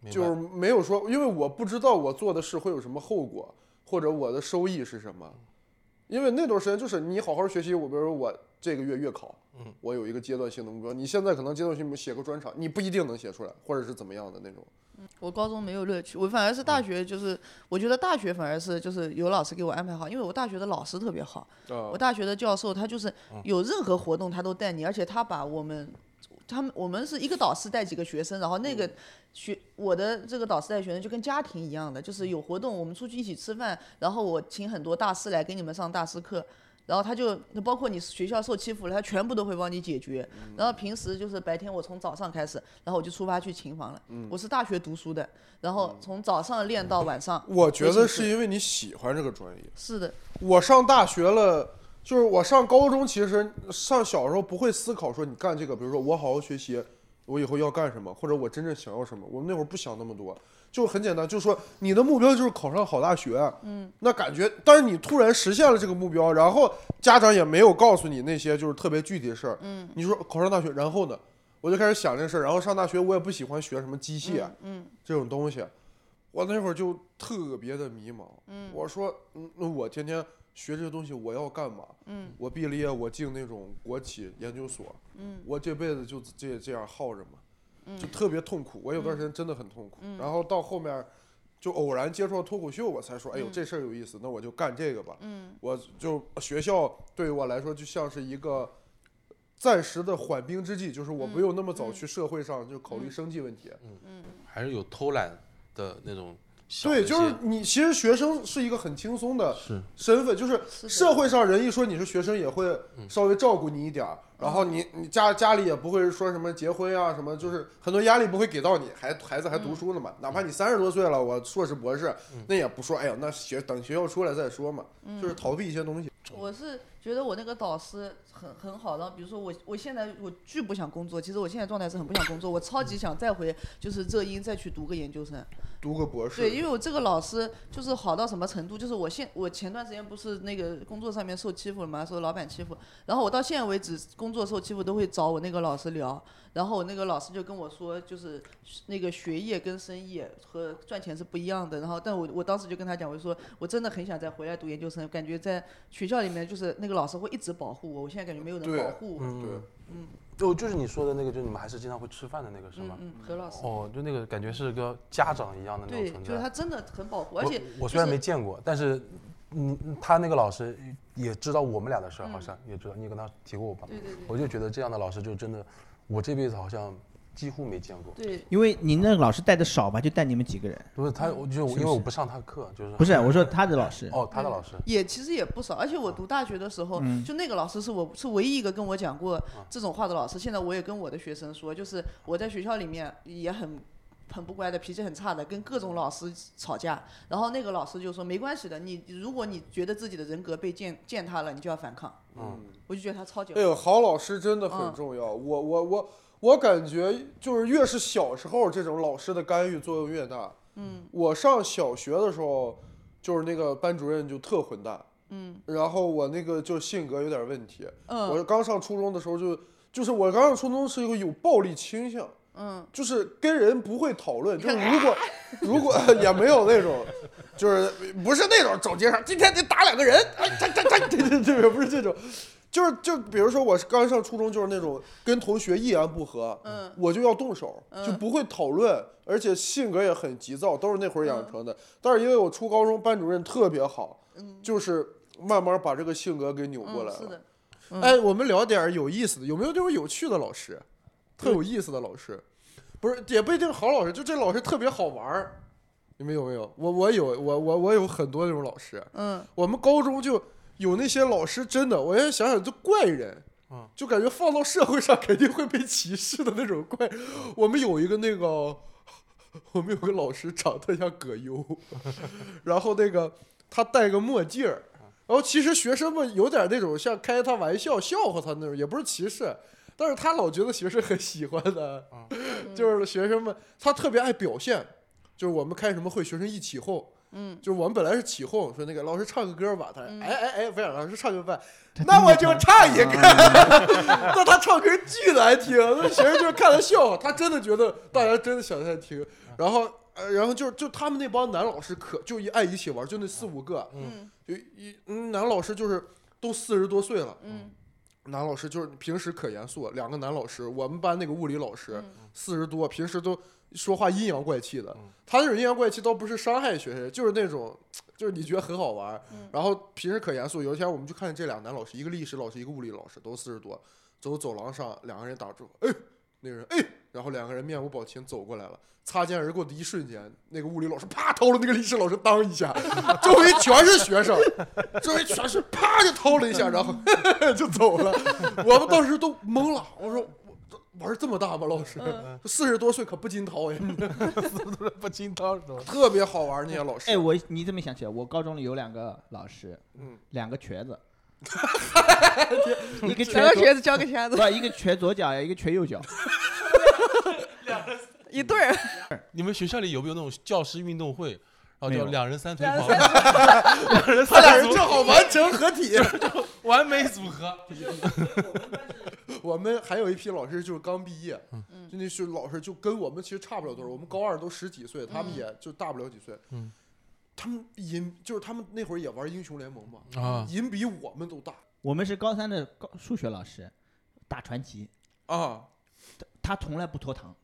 明白
就是没有说，因为我不知道我做的事会有什么后果，或者我的收益是什么。因为那段时间就是你好好学习，我比如说我这个月月考，嗯，我有一个阶段性的目标，你现在可能阶段性目标写个专场，你不一定能写出来，或者是怎么样的那种。
我高中没有乐趣，我反而是大学，就是我觉得大学反而是就是有老师给我安排好，因为我大学的老师特别好，
啊
我大学的教授他就是有任何活动他都带你，而且他把我们。他们我们是一个导师带几个学生，然后那个学我的这个导师带学生就跟家庭一样的，就是有活动我们出去一起吃饭，然后我请很多大师来给你们上大师课，然后他就包括你学校受欺负了，他全部都会帮你解决。然后平时就是白天我从早上开始，然后我就出发去琴房了，我是大学读书的，然后从早上练到晚上。
我觉
回
得是
寝室
因为你喜欢这个专业。
是的，
我上大学了，就是我上高中，其实上小时候不会思考说你干这个，比如说我好好学习，我以后要干什么，或者我真正想要什么。我们那会儿不想那么多，就很简单，就是说你的目标就是考上好大学，嗯，那感觉，但是你突然实现了这个目标，然后家长也没有告诉你那些就是特别具体的事儿，嗯，你说考上大学，然后呢？我就开始想这个事儿，然后上大学我也不喜欢学什么机械，嗯，这种东西，我那会儿就特别的迷茫，嗯，我说，嗯，那我天天学这个东西，我要干嘛？嗯，我毕了业，我进那种国企研究所，嗯，我这辈子就这这样耗着嘛，就特别痛苦。我有段时间真的很痛苦，然后到后面就偶然接触到脱口秀，我才说，哎呦，这事儿有意思，那我就干这个吧。嗯，我就学校对于我来说就像是一个。暂时的缓兵之计，就是我不嗯用那么早去社会上就考虑生计问题。
还是有偷懒的那种小
对，
一
就是
些
你其实学生是一个很轻松的
是
身份，就是社会上人一说你是学生，也会
嗯
稍微照顾你一点儿，然后你
嗯
你家家里也不会说什么结婚啊什么，就是很多压力不会给到你，孩孩子还
嗯
读书呢嘛，哪怕你三十多岁了，我硕士博士，
嗯
那也不说，哎呀，那学等学校出来再说嘛，
嗯
就是逃避一些东西。
我是觉得我那个导师很很好，然后比如说我我现在我巨不想工作，其实我现在状态是很不想工作，我超级想再回就是浙音再去读个研究生。
读个博士，
对，因为我这个老师就是好到什么程度，就是我现我前段时间不是那个工作上面受欺负了嘛，受老板欺负，然后我到现在为止工作受欺负都会找我那个老师聊，然后我那个老师就跟我说，就是那个学业跟生意和赚钱是不一样的，然后但我我当时就跟他讲，我就说我真的很想再回来读研究生，感觉在学校里面就是那个老师会一直保护我，我现在感觉没有人
对
保护
嗯
我，
对，
就哦就是你说的那个，就是你们还是经常会吃饭的那个是
嗯
吗？
嗯，何老师，
哦，就那个感觉是个家长一样的那种
对，
存
就是他
在。
真的很保护，
嗯我
而且
我
就
虽然
是
没见过，但是嗯，他那个老师也知道我们俩的事儿，好像也知道你也跟他提过吧？
嗯对对对
我就觉得这样的老师就真的，我这辈子好像几乎没见过。
对。
因为您那个老师带的少吧，就带你们几个人。
不是他，我就因为我不上他课，就是
不是，我说他的老师，
哦，他的老
嗯
师
也其实也不少，而且我读大学的时候，就那个老师是我是唯一一个跟我讲过
嗯
这种话的老师。现在我也跟我的学生说，就是我在学校里面也很很不乖的，脾气很差的，跟各种老师吵架。然后那个老师就说没关系的，你如果你觉得自己的人格被践践踏了，你就要反抗。
嗯，
我就觉得他超级
哎呦，好老师真的很重要。我我我我感觉就是越是小时候，这种老师的干预作用越大。嗯，我上小学的时候，就是那个班主任就特混蛋。嗯，然后我那个就性格有点问题。
嗯
我刚上初中的时候就就是我刚上初中是一个有暴力倾向。
嗯，
就是跟人不会讨论， 就是如果如果 也没有那种，就是不是那种走街上，今天得打两个人，哎，这这 这这这这不是这种，就是就比如说我刚上初中就是那种跟同学一言不合，嗯，我就要动手，
嗯
就不会讨论，而且性格也很急躁，都是那会儿
嗯
养成的。但是因为我初高中班主任特别好，就是慢慢把这个性格给扭过来
嗯嗯，是的
了。，哎，我们聊点儿有意思的，有没有这种有趣的老师，特有意思的老师？不是，也不一定好老师，就这老师特别好玩儿。你们有没有？我我有，我我我有很多那种老师。
嗯，
我们高中就有那些老师，真的，我现在想想就怪人，
嗯
就感觉放到社会上肯定会被歧视的那种怪。我们有一个那个， 我们有个老师长得像葛优， 然后那个他戴个墨镜儿，然后其实学生们有点那种像开他玩笑、笑话他那种，也不是歧视。但是他老觉得学生很喜欢他，就是学生们，他特别爱表现，就是我们开什么会，学生一起哄，嗯，就是我们本来是起哄，说那个老师唱个歌吧，他说哎哎哎，不想老师唱就办，那我就唱一
哦
个，啊 那他唱歌巨难听，那学生就是看他笑话，他真的觉得大家真的想在听，然后呃，然后就就他们那帮男老师可就一爱一起玩，就那四五个，
嗯，
就一嗯男老师就是都四十多岁了，
嗯，
男老师就是平时可严肃了，两个男老师，我们班那个物理老师
嗯
四十多，平时都说话阴阳怪气的。他那种阴阳怪气倒不是伤害学生，就是那种就是你觉得很好玩儿，然后平时可严肃。有一天我们去看这俩男老师，一个历史老师，一个物理老师，都四十多，走走廊上两个人打住，哎，那个人哎，然后两个人面无表情走过来了，擦肩而过的一瞬间，那个物理老师啪掏了那个历史老师当一下， 周围全是学生，周围全是啪就掏了一下，然后 就走了。我们当时都懵了，我说。我这玩这么大吗？老师，
嗯
四十多岁可不禁掏 呀，
不经当是吧？
特别好玩儿那些老师。
哎，我你怎么想起来？我高中里有两个老师，
嗯
两个瘸 子，一个瘸
两个
左，
瘸子交给瞎子
不，一个瘸左脚，一个瘸右脚。
一对儿，
你们学校里有没有那种教师运动会，然后
没
叫
有
两人三腿
两人
跑，两 人
他俩
三
人
组
正好完成合体。
完美组合，
我们还有一批老师就是刚毕业，
嗯
就那是老师就跟我们其实差不了多少，我们高二都十几岁，他们也就大不了几岁。
嗯
他们银就是他们那会儿也玩英雄联盟嘛，
嗯
啊
银比我们都大
我们是高三的高数学老师，打传奇，
啊，
他从来不拖堂。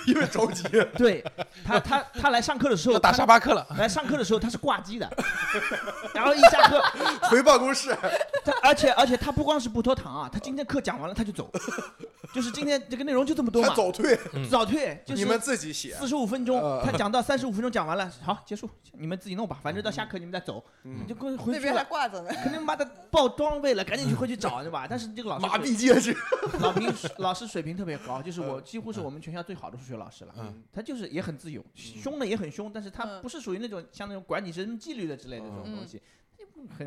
因为着 急。
对他，他他来上课的时候，
要打
他
沙巴克了。
来上课的时候他是挂机的，然后一下课
回办公室，
他而且而且他不光是不拖堂啊，他今天课讲完了他就走，就是今天这个内容就这么多
还
嘛，
早退，
早退，就是
你们自己写。
四十五分钟
呃，
他讲到三十五分钟讲完了，好结束，你们自己弄吧，反正到下课你们再走，
嗯
你就跟回
那
去
边还
了。
挂着呢。
肯定妈的报装备了，赶紧去回去找，对吧？但是这个老师
麻痹戒指，
老平老师水平特别高，就是我几乎是我们全校最好的数学老师了。
嗯
他就是也很自由，
嗯
凶呢也很凶，但是他
嗯
不是属于那种像那种管你什么纪律的之类的这种东西。很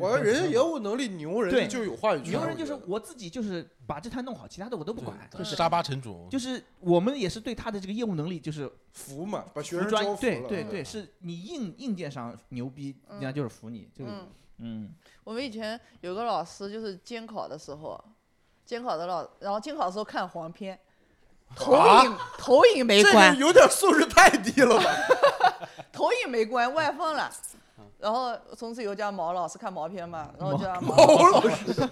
嗯我说人家
很
业务能力牛，人家
对
就有话语权。
牛人就是
我觉得
我自己就是把这摊弄好，其他的我都不管。
对
就是
沙巴城主，
就是我们也是对他的这个业务能力就是
服嘛，把学
服
生教服
专
了。嗯
对对对，是你硬硬件上牛逼，
嗯
人家就是服你，就是
嗯，
嗯
我们以前有个老师，就是监考的时候，监考的老，然后监考的时候看黄片，投影投影没
这个
关，
有点素质太低了吧？
投影没关，外放了。然后从此以后叫毛老师看毛片嘛，然后 叫毛，
毛老师，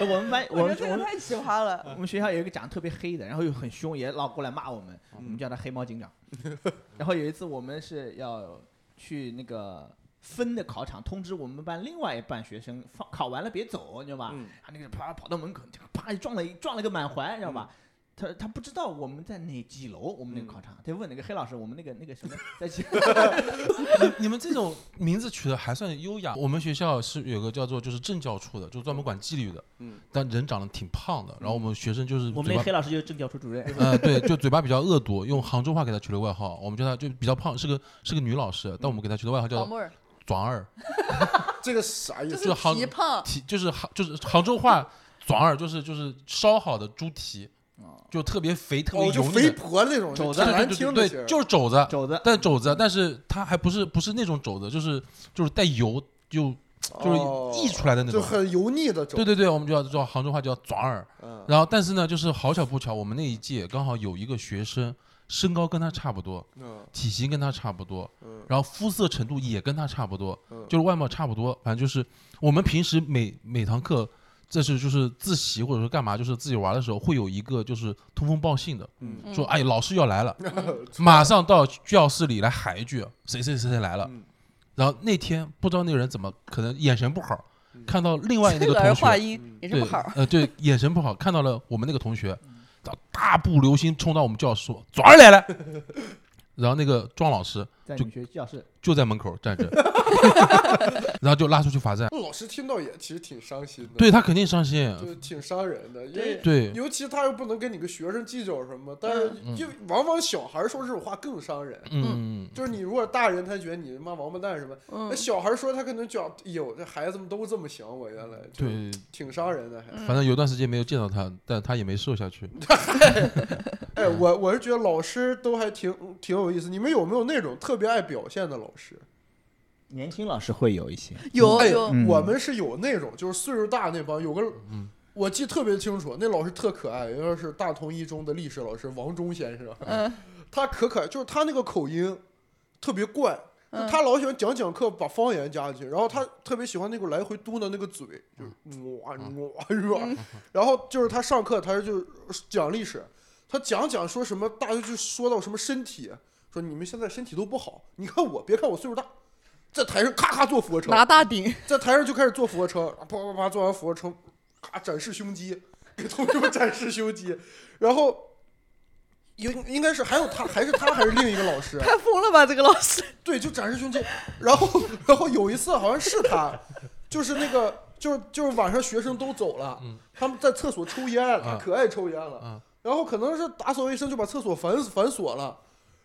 我们班
我
我
觉
们
得这
我
个
们
太奇葩了。
我们学校有一个长得特别黑的，然后又很凶，也老过来骂我们，我们叫他黑猫警长。 然后有一次我们是要去那个分的考场，通知我们班另外一班学生放考完了别走，你知道吧？
嗯
啊，那个啪跑到门口，这个啪撞了一撞了个满怀，你知道吧？他他不知道我们在哪几楼，我们那个考场，他就问那个黑老师，我们那个那个什么在几？
你你们这种名字取得还算优雅。我们学校是有个叫做就是政教处的，就专门管纪律的，
嗯，
但人长得挺胖的，然后我们学生就是
嗯我们
嘴巴
那个黑老师就是政教处主任，
呃，对，就嘴巴比较恶毒，用杭州话给她取了个外号，我们叫她就比较胖，是个是个女老师，但我们给她取的外号
老
叫
妹儿
“壮二
这个啥意
就
思？
是
就好
皮胖”，，
蹄就是杭就是杭州话“壮二”，就是就是烧好的猪蹄，就特别肥、特别
啊哦，就
油腻
肥
的，
婆那种，
肘
挺
子
对
难
对
听
对
的
对
其实。
对，就是肘子，
肘子。
但肘子，但是它还不是不是那种肘子，就是就是带油就
哦
就是溢出来的那
就
种。
很油腻的肘。
对对对，我们就要叫杭州话叫“壮二”。
嗯，
然后，但是呢，就是好巧不巧，我们那一届刚好有一个学生身高跟他差不多，
嗯
体型跟他差不多，
嗯
然后肤色程度也跟他差不多，
嗯
就是外貌差不多。反正就是我们平时每每堂课，这是就是自习或者说干嘛，就是自己玩的时候，会有一个就是通风报信的，
嗯
说哎老师要来了，
嗯，
马上到教室里来喊一句谁谁谁谁来了。
嗯
然后那天不知道那个人怎么可能眼神不好，
嗯
看到另外那个
这 儿
同
话
学，
音也是
对
不好。
呃对眼神不好，看到了我们那个同学，
嗯
然后大步流星冲到我们教室说壮儿 来了，然后那个庄老师。
在
就
女学教室，
就在门口 站着， 然后就拉出去罚站。
那老师听到也其实挺伤心的。
对，他肯定伤心，
就是挺伤人的，因
对
为
对
尤其他又不能跟你个学生计较什么，但是就往往小孩说这种话更伤人。
嗯，
就是你如果大人，他觉得你他妈王八蛋什么，那小孩说他可能觉得，哎呦，这孩子们都这么想我，原来就
嗯对，嗯
挺伤人的。还，
嗯
反正有段时间没有见到他，但他也没瘦下去。
哎，我我是觉得老师都还挺挺有意思。你们有没有那种特别爱表现的老师？
年轻老师会有一些，
有
哎，
嗯
有，
我们是有那种，就是岁数大那帮，有个，我记得特别清楚，那老师特可爱，应该是大同一中的历史老师王忠先生，
嗯
他可可爱，就是他那个口音特别怪，
嗯
就他老喜欢讲讲课把方言加进去，然后他特别喜欢那个来回嘟囔那个嘴，啊就是哇哇
嗯
哇，然后就是他上课他就讲历史，他讲讲说什么，大家就说到什么身体，说你们现在身体都不好，你看我，别看我岁数大。在台上咔咔做俯卧撑，
拿大顶，
在台上就开始做俯卧撑，啪啪啪做完俯卧撑，咔展示胸肌，给同学们展示胸肌，然后。应应该是还有他，还是他，还是另一个 老师？
太疯了吧这个老师。
对，就展示胸肌。然后，然后有一次好像是他，就是那个，就是就是晚上学生都走了，他们在厕所抽烟，他可爱抽烟了。
嗯
然后可能是打扫卫生就把厕所反反锁了，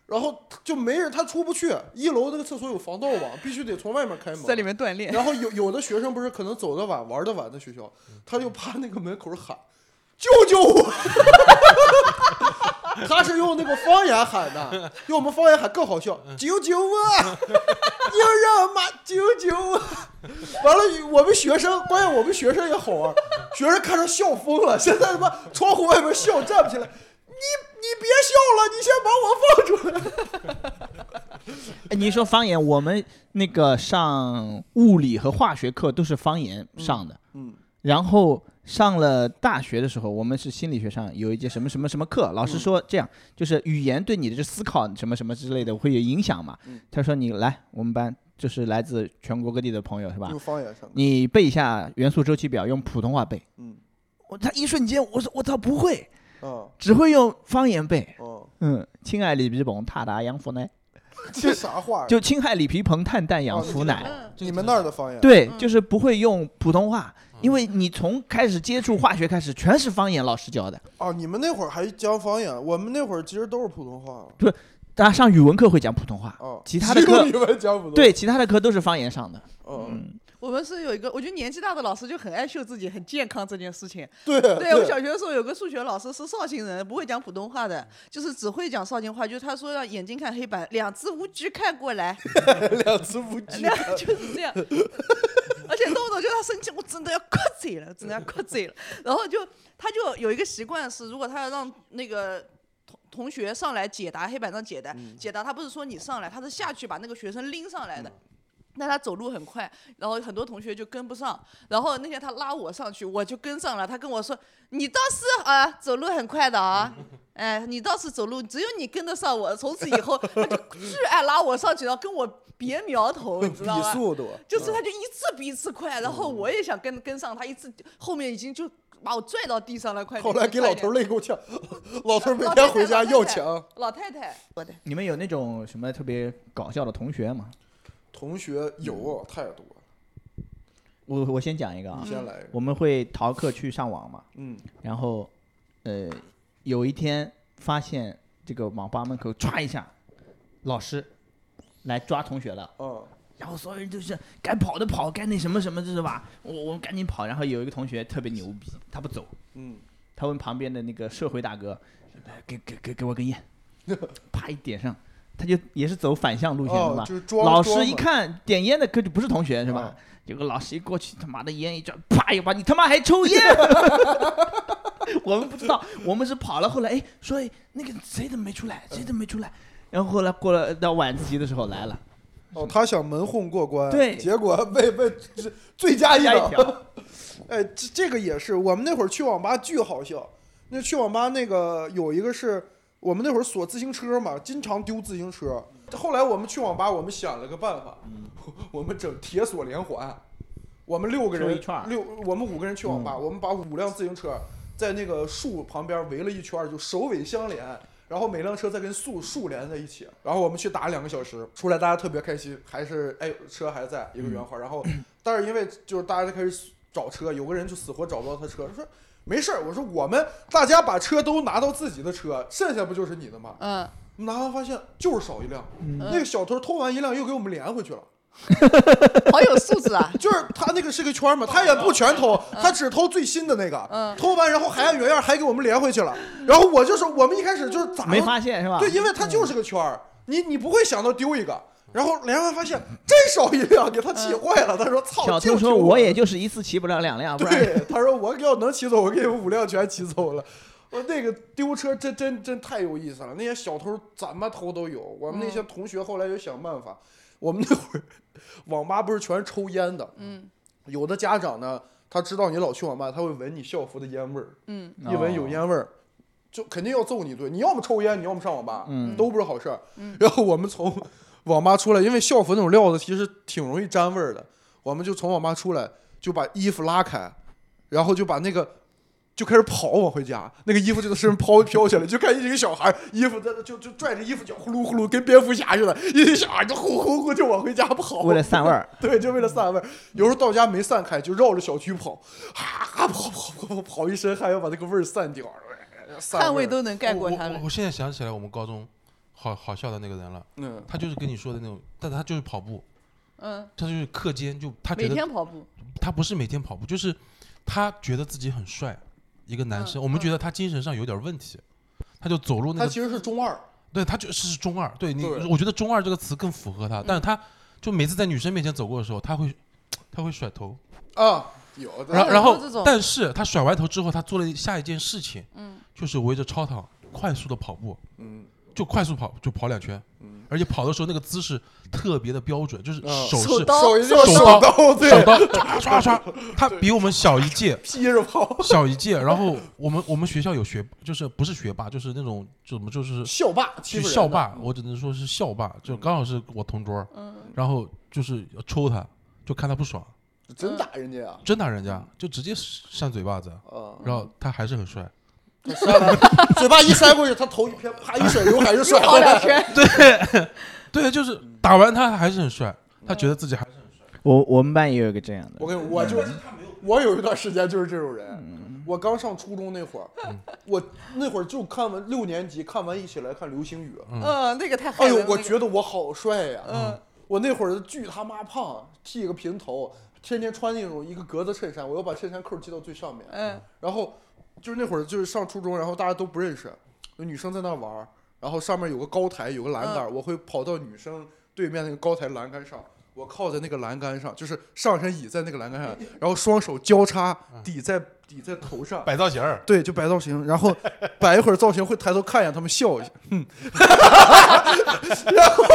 然后就没人，他出不去。一楼那个厕所有防盗网，必须得从外面开门。
在里面锻炼，
然后有有的学生不是可能走得晚，玩得晚的学校，他就趴那个门口喊：“救救我！” 他是用那个方言喊的，用我们方言喊更好笑，“
嗯
救救我！ 又让妈救救我！”完了，我们学生，关键我们学生也好玩，学生看着笑疯了，现在他妈窗户外面笑站不起来。你你别笑了，你先把我放出来。
哎，你一说方言，我们那个上物理和化学课都是方言上的，
嗯，
然后上了大学的时候，我们是心理学上有一节什么什么什么课，老师说这样，嗯就是语言对你的这思考什么什么之类的会有影响嘛。他说你来我们班就是来自全国各地的朋友是吧
用？方言上的，
你背一下元素周期表，用普通话背。
嗯，
我他一瞬间，我说我操不会，
哦
只会用方言背。
哦，
嗯，青海里皮蓬塔达洋福奶，
这啥话儿？
就青海里皮蓬碳氮洋福奶。
嗯，
你们那儿的方言？，
对，
嗯
就是不会用普通话，
嗯
因为你从开始接触化学开始，全是方言老师教的。
哦，你们那会儿还教方言，我们那会儿其实都是普通话。
大家上语文课会讲普通话，
哦，
其他的
只有
课
你们讲普通。，
对嗯其他的课都是方言上的。
哦，
我们是有一个，我觉得年纪大的老师就很爱秀自己很健康这件事情。
对
对我小学的时候有个数学老师是绍兴人，不会讲普通话的，就是只会讲绍兴话。就是他说让眼睛看黑板，两只乌龟看过来，
两次不记
那。样就是这样。 而且动不动就他生气，我真的要哭嘴了，真的要哭嘴了。然后就他就有一个习惯是，如果他要让那个。同同学上来解答黑板上解答，解答他不是说你上来，他是下去把那个学生拎上来的。那他走路很快，然后很多同学就跟不上。然后那天他拉我上去，我就跟上了。他跟我说：“你倒是啊，走路很快的 啊，哎，你倒是走路，只有你跟得上我。”从此以后，他就巨爱拉我上去，然后跟我别苗头，你知道
比
吗？
速度，
就是他就一次比一次快，然
嗯
后我也想跟跟上他，一次后面已经就把我拽到地上了，快点！
后来给
快
老
点
头累 够呛，老头每
老
天
太
回
太
家
老太
要
太
强。
老太太，我的
你们有那种什么特别搞笑的同学吗？
同学
嗯
有啊太多了，
我我先讲一个啊
你，先来一个。
我们会逃课去上网嘛，
嗯，
然后呃有一天发现这个网吧门口歘一下，老师来抓同学了。
哦，
然后所有人就是该跑的跑，该那什么什么，就是吧？我我们赶紧跑。然后有一个同学特别牛逼，他不走，
嗯，
他问旁边的那个社会大哥，来给给给给 我根烟，啪一点上，他就也是走反向路线的
哦
吧，？
就是装
老
装
师一
嘛
看点烟的，可就不是同学是吧？有个老师一过去，他妈的烟一转，啪一把你他妈还抽烟！ 我们不知道，我们是跑了。后来哎，说哎那个谁怎么没出来？谁怎么没出来？然后后来过了到晚自习的时候来了，
哦，他想蒙混过关，
对
结果被被 这罪加一
加一
等。
条
哎，这这个也是，我们那会儿去网吧巨好笑。那去网吧那个有一个是我们那会儿锁自行车嘛，经常丢自行车。后来我们去网吧，我们想了个办法，
嗯
我们整铁锁连环，我们六个
收
人
一串儿嗯
六，我们五个人去网吧，我们把五辆自行车在那个树旁边围了一圈儿，就首尾相连。然后每辆车再跟树树连在一起，然后我们去打两个小时，出来大家特别开心，还是哎车还在一个圆环，然 后但是因为就是大家就开始找车，有个人就死活找不到他车，他说没事儿，我说我们大家把车都拿到自己的车，剩下不就是你的吗？
嗯，
拿完发现就是少一辆，
嗯
那个小偷偷完一辆又给我们连回去了。
好有素质啊！
就是他那个是个圈儿嘛，他也不全偷，
嗯
他只偷最新的那个，偷完然后还按原样还给我们连回去了。然后我就说，我们一开始就是咋都
嗯没发现是吧？嗯
对，因为它就是个圈儿，你你不会想到丢一个。然后连完发现真少一辆，给他气坏了。他说：“操！”
小
就
偷说
是
我也就是一次骑不了两辆，不然
啊对，他说我要能骑走，我给你们五辆全骑走了。我那个丢车真真真太有意思了，那些小偷怎么偷都有。我们那
嗯
些同学后来有想办法，我们那会儿网吧不是全是抽烟的，
嗯，
有的家长呢，他知道你老去网吧，他会闻你校服的烟味儿，
嗯，
一闻
哦
有烟味儿，就肯定要揍你一顿。你要么抽烟，你要么上网吧，
嗯
都不是好事儿。然后我们从网吧出来，因为校服那种料子其实挺容易沾味儿的，我们就从网吧出来，就把衣服拉开，然后就把那个。就开始跑往回家，那个衣服就在身上抛飘起来，就看一群小孩儿衣服在那就就拽着衣服脚呼噜呼噜，跟蝙蝠侠似的，一群小孩儿就呼呼呼就往回家跑，
哦为了散 味儿，
对，就为了散味儿。有时候到家没散开，就绕着小区跑，哈、啊、跑跑跑跑跑一身汗，要把那个味儿散掉。散
汗味
味儿
都能盖嗯过他
我我
们
我。我现在想起来我们高中好好笑的那个人了，
嗯，
他就是跟你说的那种，但他就是跑步，
嗯，
他就是课间就他觉
每
得
天跑步，
他不是每天跑步，就是他觉得自己很帅，一个
嗯
男生，我们觉得他精神上有点问题，他就走入那
他
个，
其实是中二，
对他就是是中二，对你，
对
我觉得中二这个词更符合他，但是他就每次在女生面前走过的时候，他会他会甩头，
啊，有的。
然后
有
然
这
后
种
但是他甩完头之后，他做了下一件事情，就是围着操场快速的跑步，
嗯
就快速跑就跑两圈，
嗯，
而且跑的时候那个姿势特别的标准，就是
啊
手
手
是
刀
手一定要
手
手
刀
刀，对，
手刀唰唰唰，他比我们小一届，
劈着跑，
小一届。然后我们我们学校有学，就是不是学霸，就是那种就怎么就是
校霸，欺
去
负人
校
的
霸，我只能说是校霸，
嗯
就刚好是我同桌，然后就是要抽他，就看他不爽，
真打人家啊！
真打人家，就直接扇嘴巴子，
哦
啊，
然后他还是很帅，
他扇过 嘴巴一扇过去，他头一偏，啪一甩，刘海就甩
跑
回
两
来。
圈，
对，啊就是打完他还是很帅，他觉得自己还是
我我们班也有一个这样的
我，跟你，我就我有一段时间就是这种人。我刚上初中那会儿，我那会儿就看完六年级，看完一起来看《流星雨》。
嗯，那个太害
哎
人了。
呦，
那
我
个嗯
觉得我好帅呀！嗯我那会儿巨他妈胖，剃个平头，天天穿那种一个格子衬衫，我要把衬衫扣系到最上面。
嗯，
然后就是那会儿就是上初中，然后大家都不认识，有女生在那玩儿，然后上面有个高台，有个栏杆儿，
嗯
我会跑到女生对面那个高台栏杆上，我靠在那个栏杆上，就是上身倚在那个栏杆上，然后双手交叉抵在抵在头上。
摆造型儿。
对，就摆造型，然后摆一会儿造型，会抬头看一眼他们笑一下，嗯，然后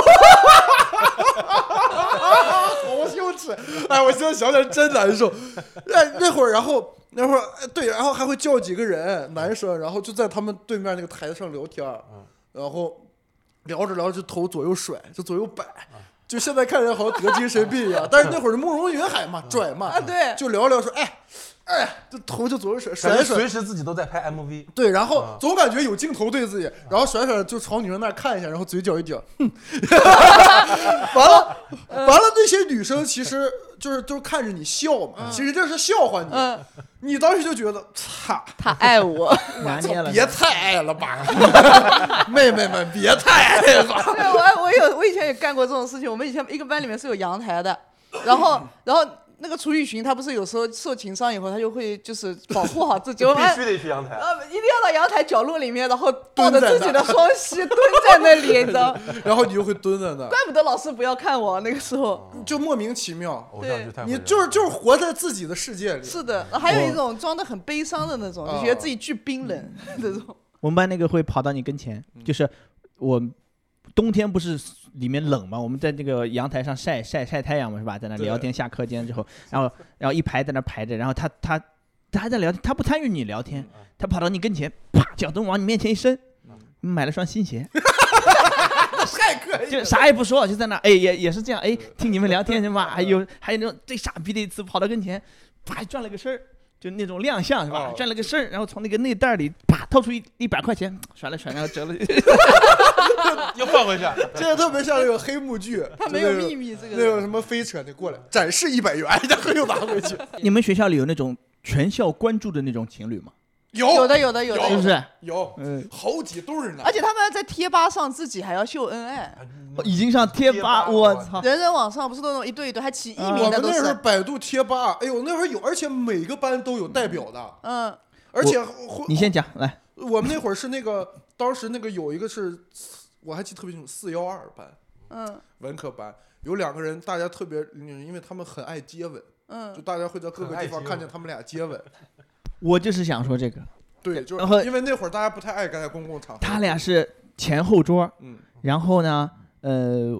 好羞耻，哎，我现在想想真难受。那那会儿，然后那会儿，哎对，然后还会叫几个人男生，然后就在他们对面那个台子上聊天儿，然后聊着聊着就头左右甩，就左右摆。就现在看人好像得精神病一样，但是那会儿是慕容云海嘛，拽嘛，
啊对
就聊聊说，哎，哎，就头就左右甩，甩
感
来
觉
甩
随时自己都在拍 MV，
对，然
啊
后总感觉有镜头对自己，然后甩甩就朝女生那儿看一下，然后嘴角一顶，哼完了完了，那些女生其实就是就是看着你笑嘛，其实这是笑话你，
嗯，
你当时就觉得，擦，
他爱我，
拿捏了
别太爱了吧， 妹妹们别太爱
对
了，
我我有我以前也干过这种事情。我们以前一个班里面是有阳台的，然后然后那个楚雨荨她不是有时候受情伤以后，她就会就是保护好 自己。我们
必须得去阳台。
呃，一定要到阳台角落里面，然后抱着
蹲在
自己的双膝蹲在那里，你知道？
然后你就会蹲在那 儿
怪，不得老师不要看我那个时候。
就莫名其妙，
偶像剧太会
你
人了
就是就是活在自己的世界里，
是的，还
哦
有一种装的很悲伤的那种，就觉得自己巨冰冷 那种。
我们班那个会跑到你跟前，
嗯
就是我冬天不是里面冷嘛，我们在那个阳台上晒晒晒太阳嘛，是吧？在那
对
聊天，下课间之后，然后然后一排在那排着，然后他他他还在聊天，他不参与你聊天，
嗯
他跑到你跟前，啪，脚蹬往你面前一伸，买了双新鞋。
太可以
就啥也不说，就在哎那哎，也也是这样哎，听你们聊天是吧？还有还有那种最傻逼的一次，跑到跟前，啪转了个身儿，就那种亮相是吧
哦？
转了个身儿，然后从那个内袋里啪掏出一一百块钱，甩了甩，然后 折了。
又放回去，
这个特别像那个黑幕剧，
他没有秘密，这
那
个人
个什么飞车的过来展示一百元， 然后又拿回去。
你们学校里有那种全校关注的那种情侣吗？
有
有的有的有的
是不，是？
有
嗯，
好几对儿呢
而。且他们在贴吧上自己还要秀恩爱，
已经上贴
贴
吧，
吧
我
我
操！
人人网上不是都那种一对一对，还起艺
啊我
名的
们
都
那时候
是。
百度贴吧，哎呦，那会儿有，而且每个班都有代表的，
嗯，
而且会
你先讲来，
我们那会儿是那个，当时那个有一个是，我还记得特别清楚，四幺二班，
嗯
文科班有两个人，大家特别，嗯因为他们很爱接吻，就
嗯，
大家会在各个地
很爱
方
接
看
吻
见他们俩接吻。
我就是想说这个，
对，就
然后
是因为那会儿大家不太爱干在公共场合。
他俩是前后桌，
嗯，
然后呢，呃，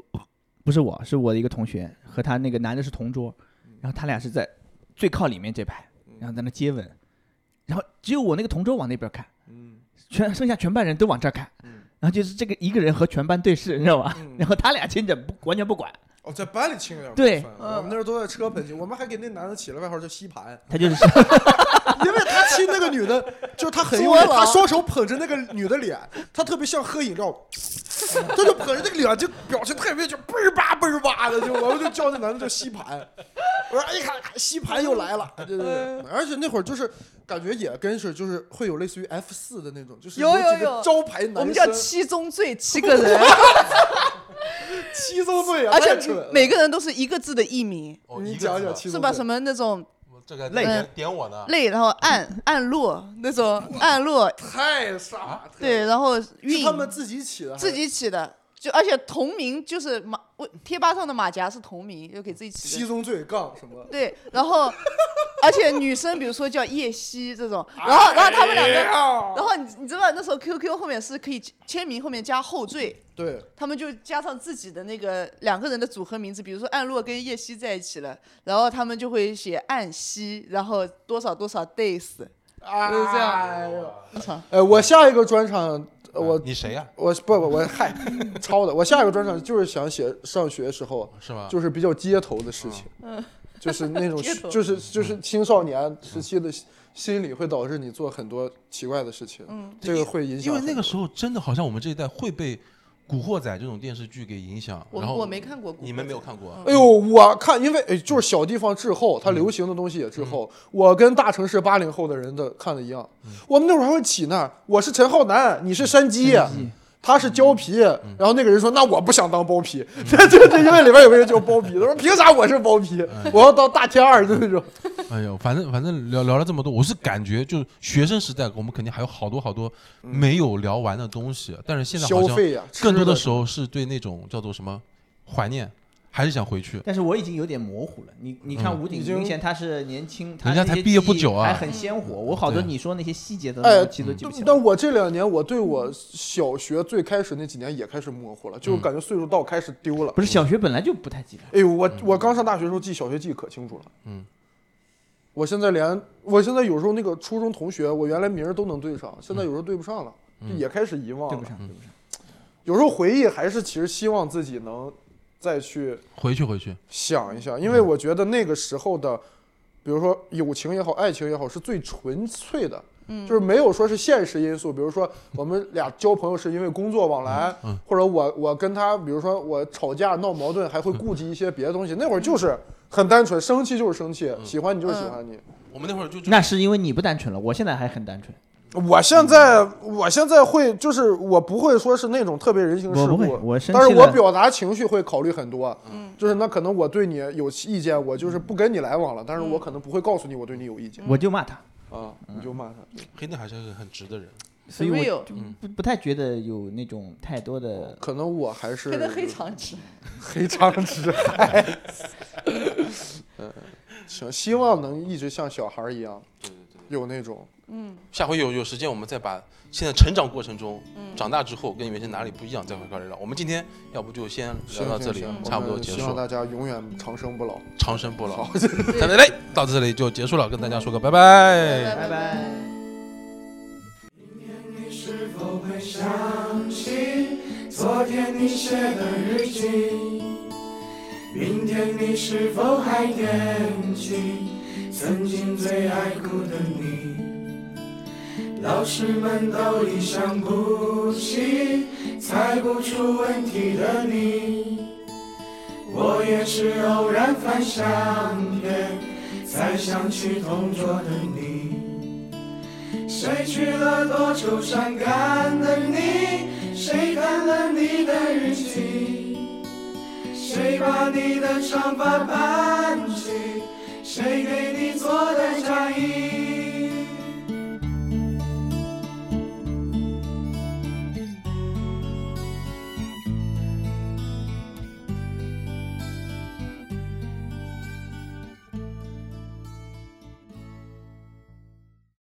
不是我，是我的一个同学和他那个男的是同桌，然后他俩是在最靠里面这排，然后在那接吻，然后只有我那个同桌往那边看，
嗯，
全剩下全班人都往这儿看
嗯，
然后就是这个一个人和全班对视，你知道吧
嗯？
然后他俩亲着不完全不管，
哦，在班里亲有点
对
过分
嗯
我们那时候都在车盆亲，我们还给那男的起了外号叫吸盘。
他 就是
因为他亲那个女的，就是他很用力，
作了
他双手捧着那个女的脸，他特别像喝饮料，他就捧着那个脸，就表情特别就倍儿吧倍儿吧的，就我们就叫那男的叫吸盘。我说哎呀，吸盘又来了，对对
嗯
对。而且那会儿就是感觉也跟是就是会有类似于 F 四的那种，就是
有
几
有
个
有
招牌男生，
我们叫七宗罪，七个 人，
七宗罪啊，
而
太
且
蠢了
每个人都是一个字的艺名，
哦
你
一个
讲
字
讲
吧
七宗罪
是吧？什么那种
我这个
累
点点我呢？
嗯泪，然后暗暗落那种暗落，
太傻，
啊对，然后
是
韵
他们自己起的还是，
自己起的，就而且同名就是马，我贴吧上的马甲是同名，就给自己起
七
的。
宗罪杠什么。
对，然后而且女生比如说叫叶希这种，
哎
然后然后他们两个，然后你你知道那时候 QQ 后面是可以签名后面加后缀，
对，
他们就加上自己的那个两个人的组合名字，比如说暗洛跟叶希在一起了，然后他们就会写暗希，然后多少多少 days。
啊，
就是这样
哎呦，哎，我下一个专场，呃我
你谁呀？啊
我不不我嗨，抄的。我下一个专场 就是想写上学时候，
是吗？
就是比较街头的事情，就是那 种
嗯街头
就是就是青少年时期的心理会导致你做很多奇怪的事情，嗯，这个会影响
因为
很多。
那个时候真的好像我们这一代会被《古惑仔》这种电视剧给影响。
我
然后
我没看过古惑仔
你们没有看过？啊
哎呦，我看，因为哎，就是
嗯
小地方滞后，它流行的东西也滞后。我跟大城市八零后的人的看的一样，
嗯
我们那会儿还会起呢。我是陈浩南，你是山鸡，他是胶皮。
嗯
然后那个人说：“那我不想当包皮。 这这这，因为里边有个人叫包皮，他说：“凭啥我是包皮？
嗯
我要当大天二就那种。
哎呦，反正反正聊聊了这么多，我是感觉就是学生时代，我们肯定还有好多好多没有聊完的东西，但是现在好
消
像
费呀吃
更多的
的
时候是对那种叫做什么怀念，还是想回去。
但是我已经有点模糊了。你你看吴鼎，明显他是年轻，他
人家
那些
才毕业不
记忆
久啊
还很鲜活。我好多
对
你说那些细节的
哎
东西都记不起来。
但我这两年，我对
嗯
我小学最开始那几年也开始模糊了，就感觉岁数到开始丢了。
不是小学本来就不太记得。
哎呦，我我刚上大学的时候记小学记可清楚了。嗯，我现在连我现在有时候那个初中同学，我原来名儿都能对上，现在有时候对不上了，就也开始遗忘
嗯对
了
不。上，嗯对不上。
有时候回忆还是其实希望自己能再去
回去回去，
想一下，因为我觉得那个时候的，比如说友情也好，爱情也好，是最纯粹的。就是没有说是现实因素，比如说我们俩交朋友是因为工作往来，或者我我跟他，比如说我吵架闹矛盾，还会顾及一些别的东西。那会儿就是很单纯，生气就是生气，喜欢你就是喜欢你。
我们那会儿就就
那是因为你不单纯了，我现在还很单纯。
我现在我现在会就是我不会说是那种特别人情世
我不
故
会，我生
但是
气
我
了
表达情绪会考虑很多，
嗯
就是那可能我对你有意见，我就是不跟你来往了，但是
嗯
我可能不会告诉你我对你有意见
我就骂他，
嗯
啊，你就骂他。
黑蛋还是个很直的人。
所以我
Real
就不不太觉得有那种太多的。
可能我还是
黑的黑长直，
黑长 直孩子。行，希望能一直像小孩儿一样，有那种
下回有有时间，我们再把现在成长过程中，长大之后跟原先哪里不一样，再回来聊。我们今天要不就先聊到这里，差不多结
希望
束，
大家永远长生不老。
长生不 老。再来，到这里就结束了，跟大家说个拜拜。
拜拜。
昨天你写的日记，明天你是否还惦记曾经最爱哭的你？老师们都已想不起，猜不出问题的你，我也是偶然翻相片，才想起同桌的你。谁去了多愁善感的你？谁看了你的日记？谁把你的长发盘起？谁给你做的嫁衣？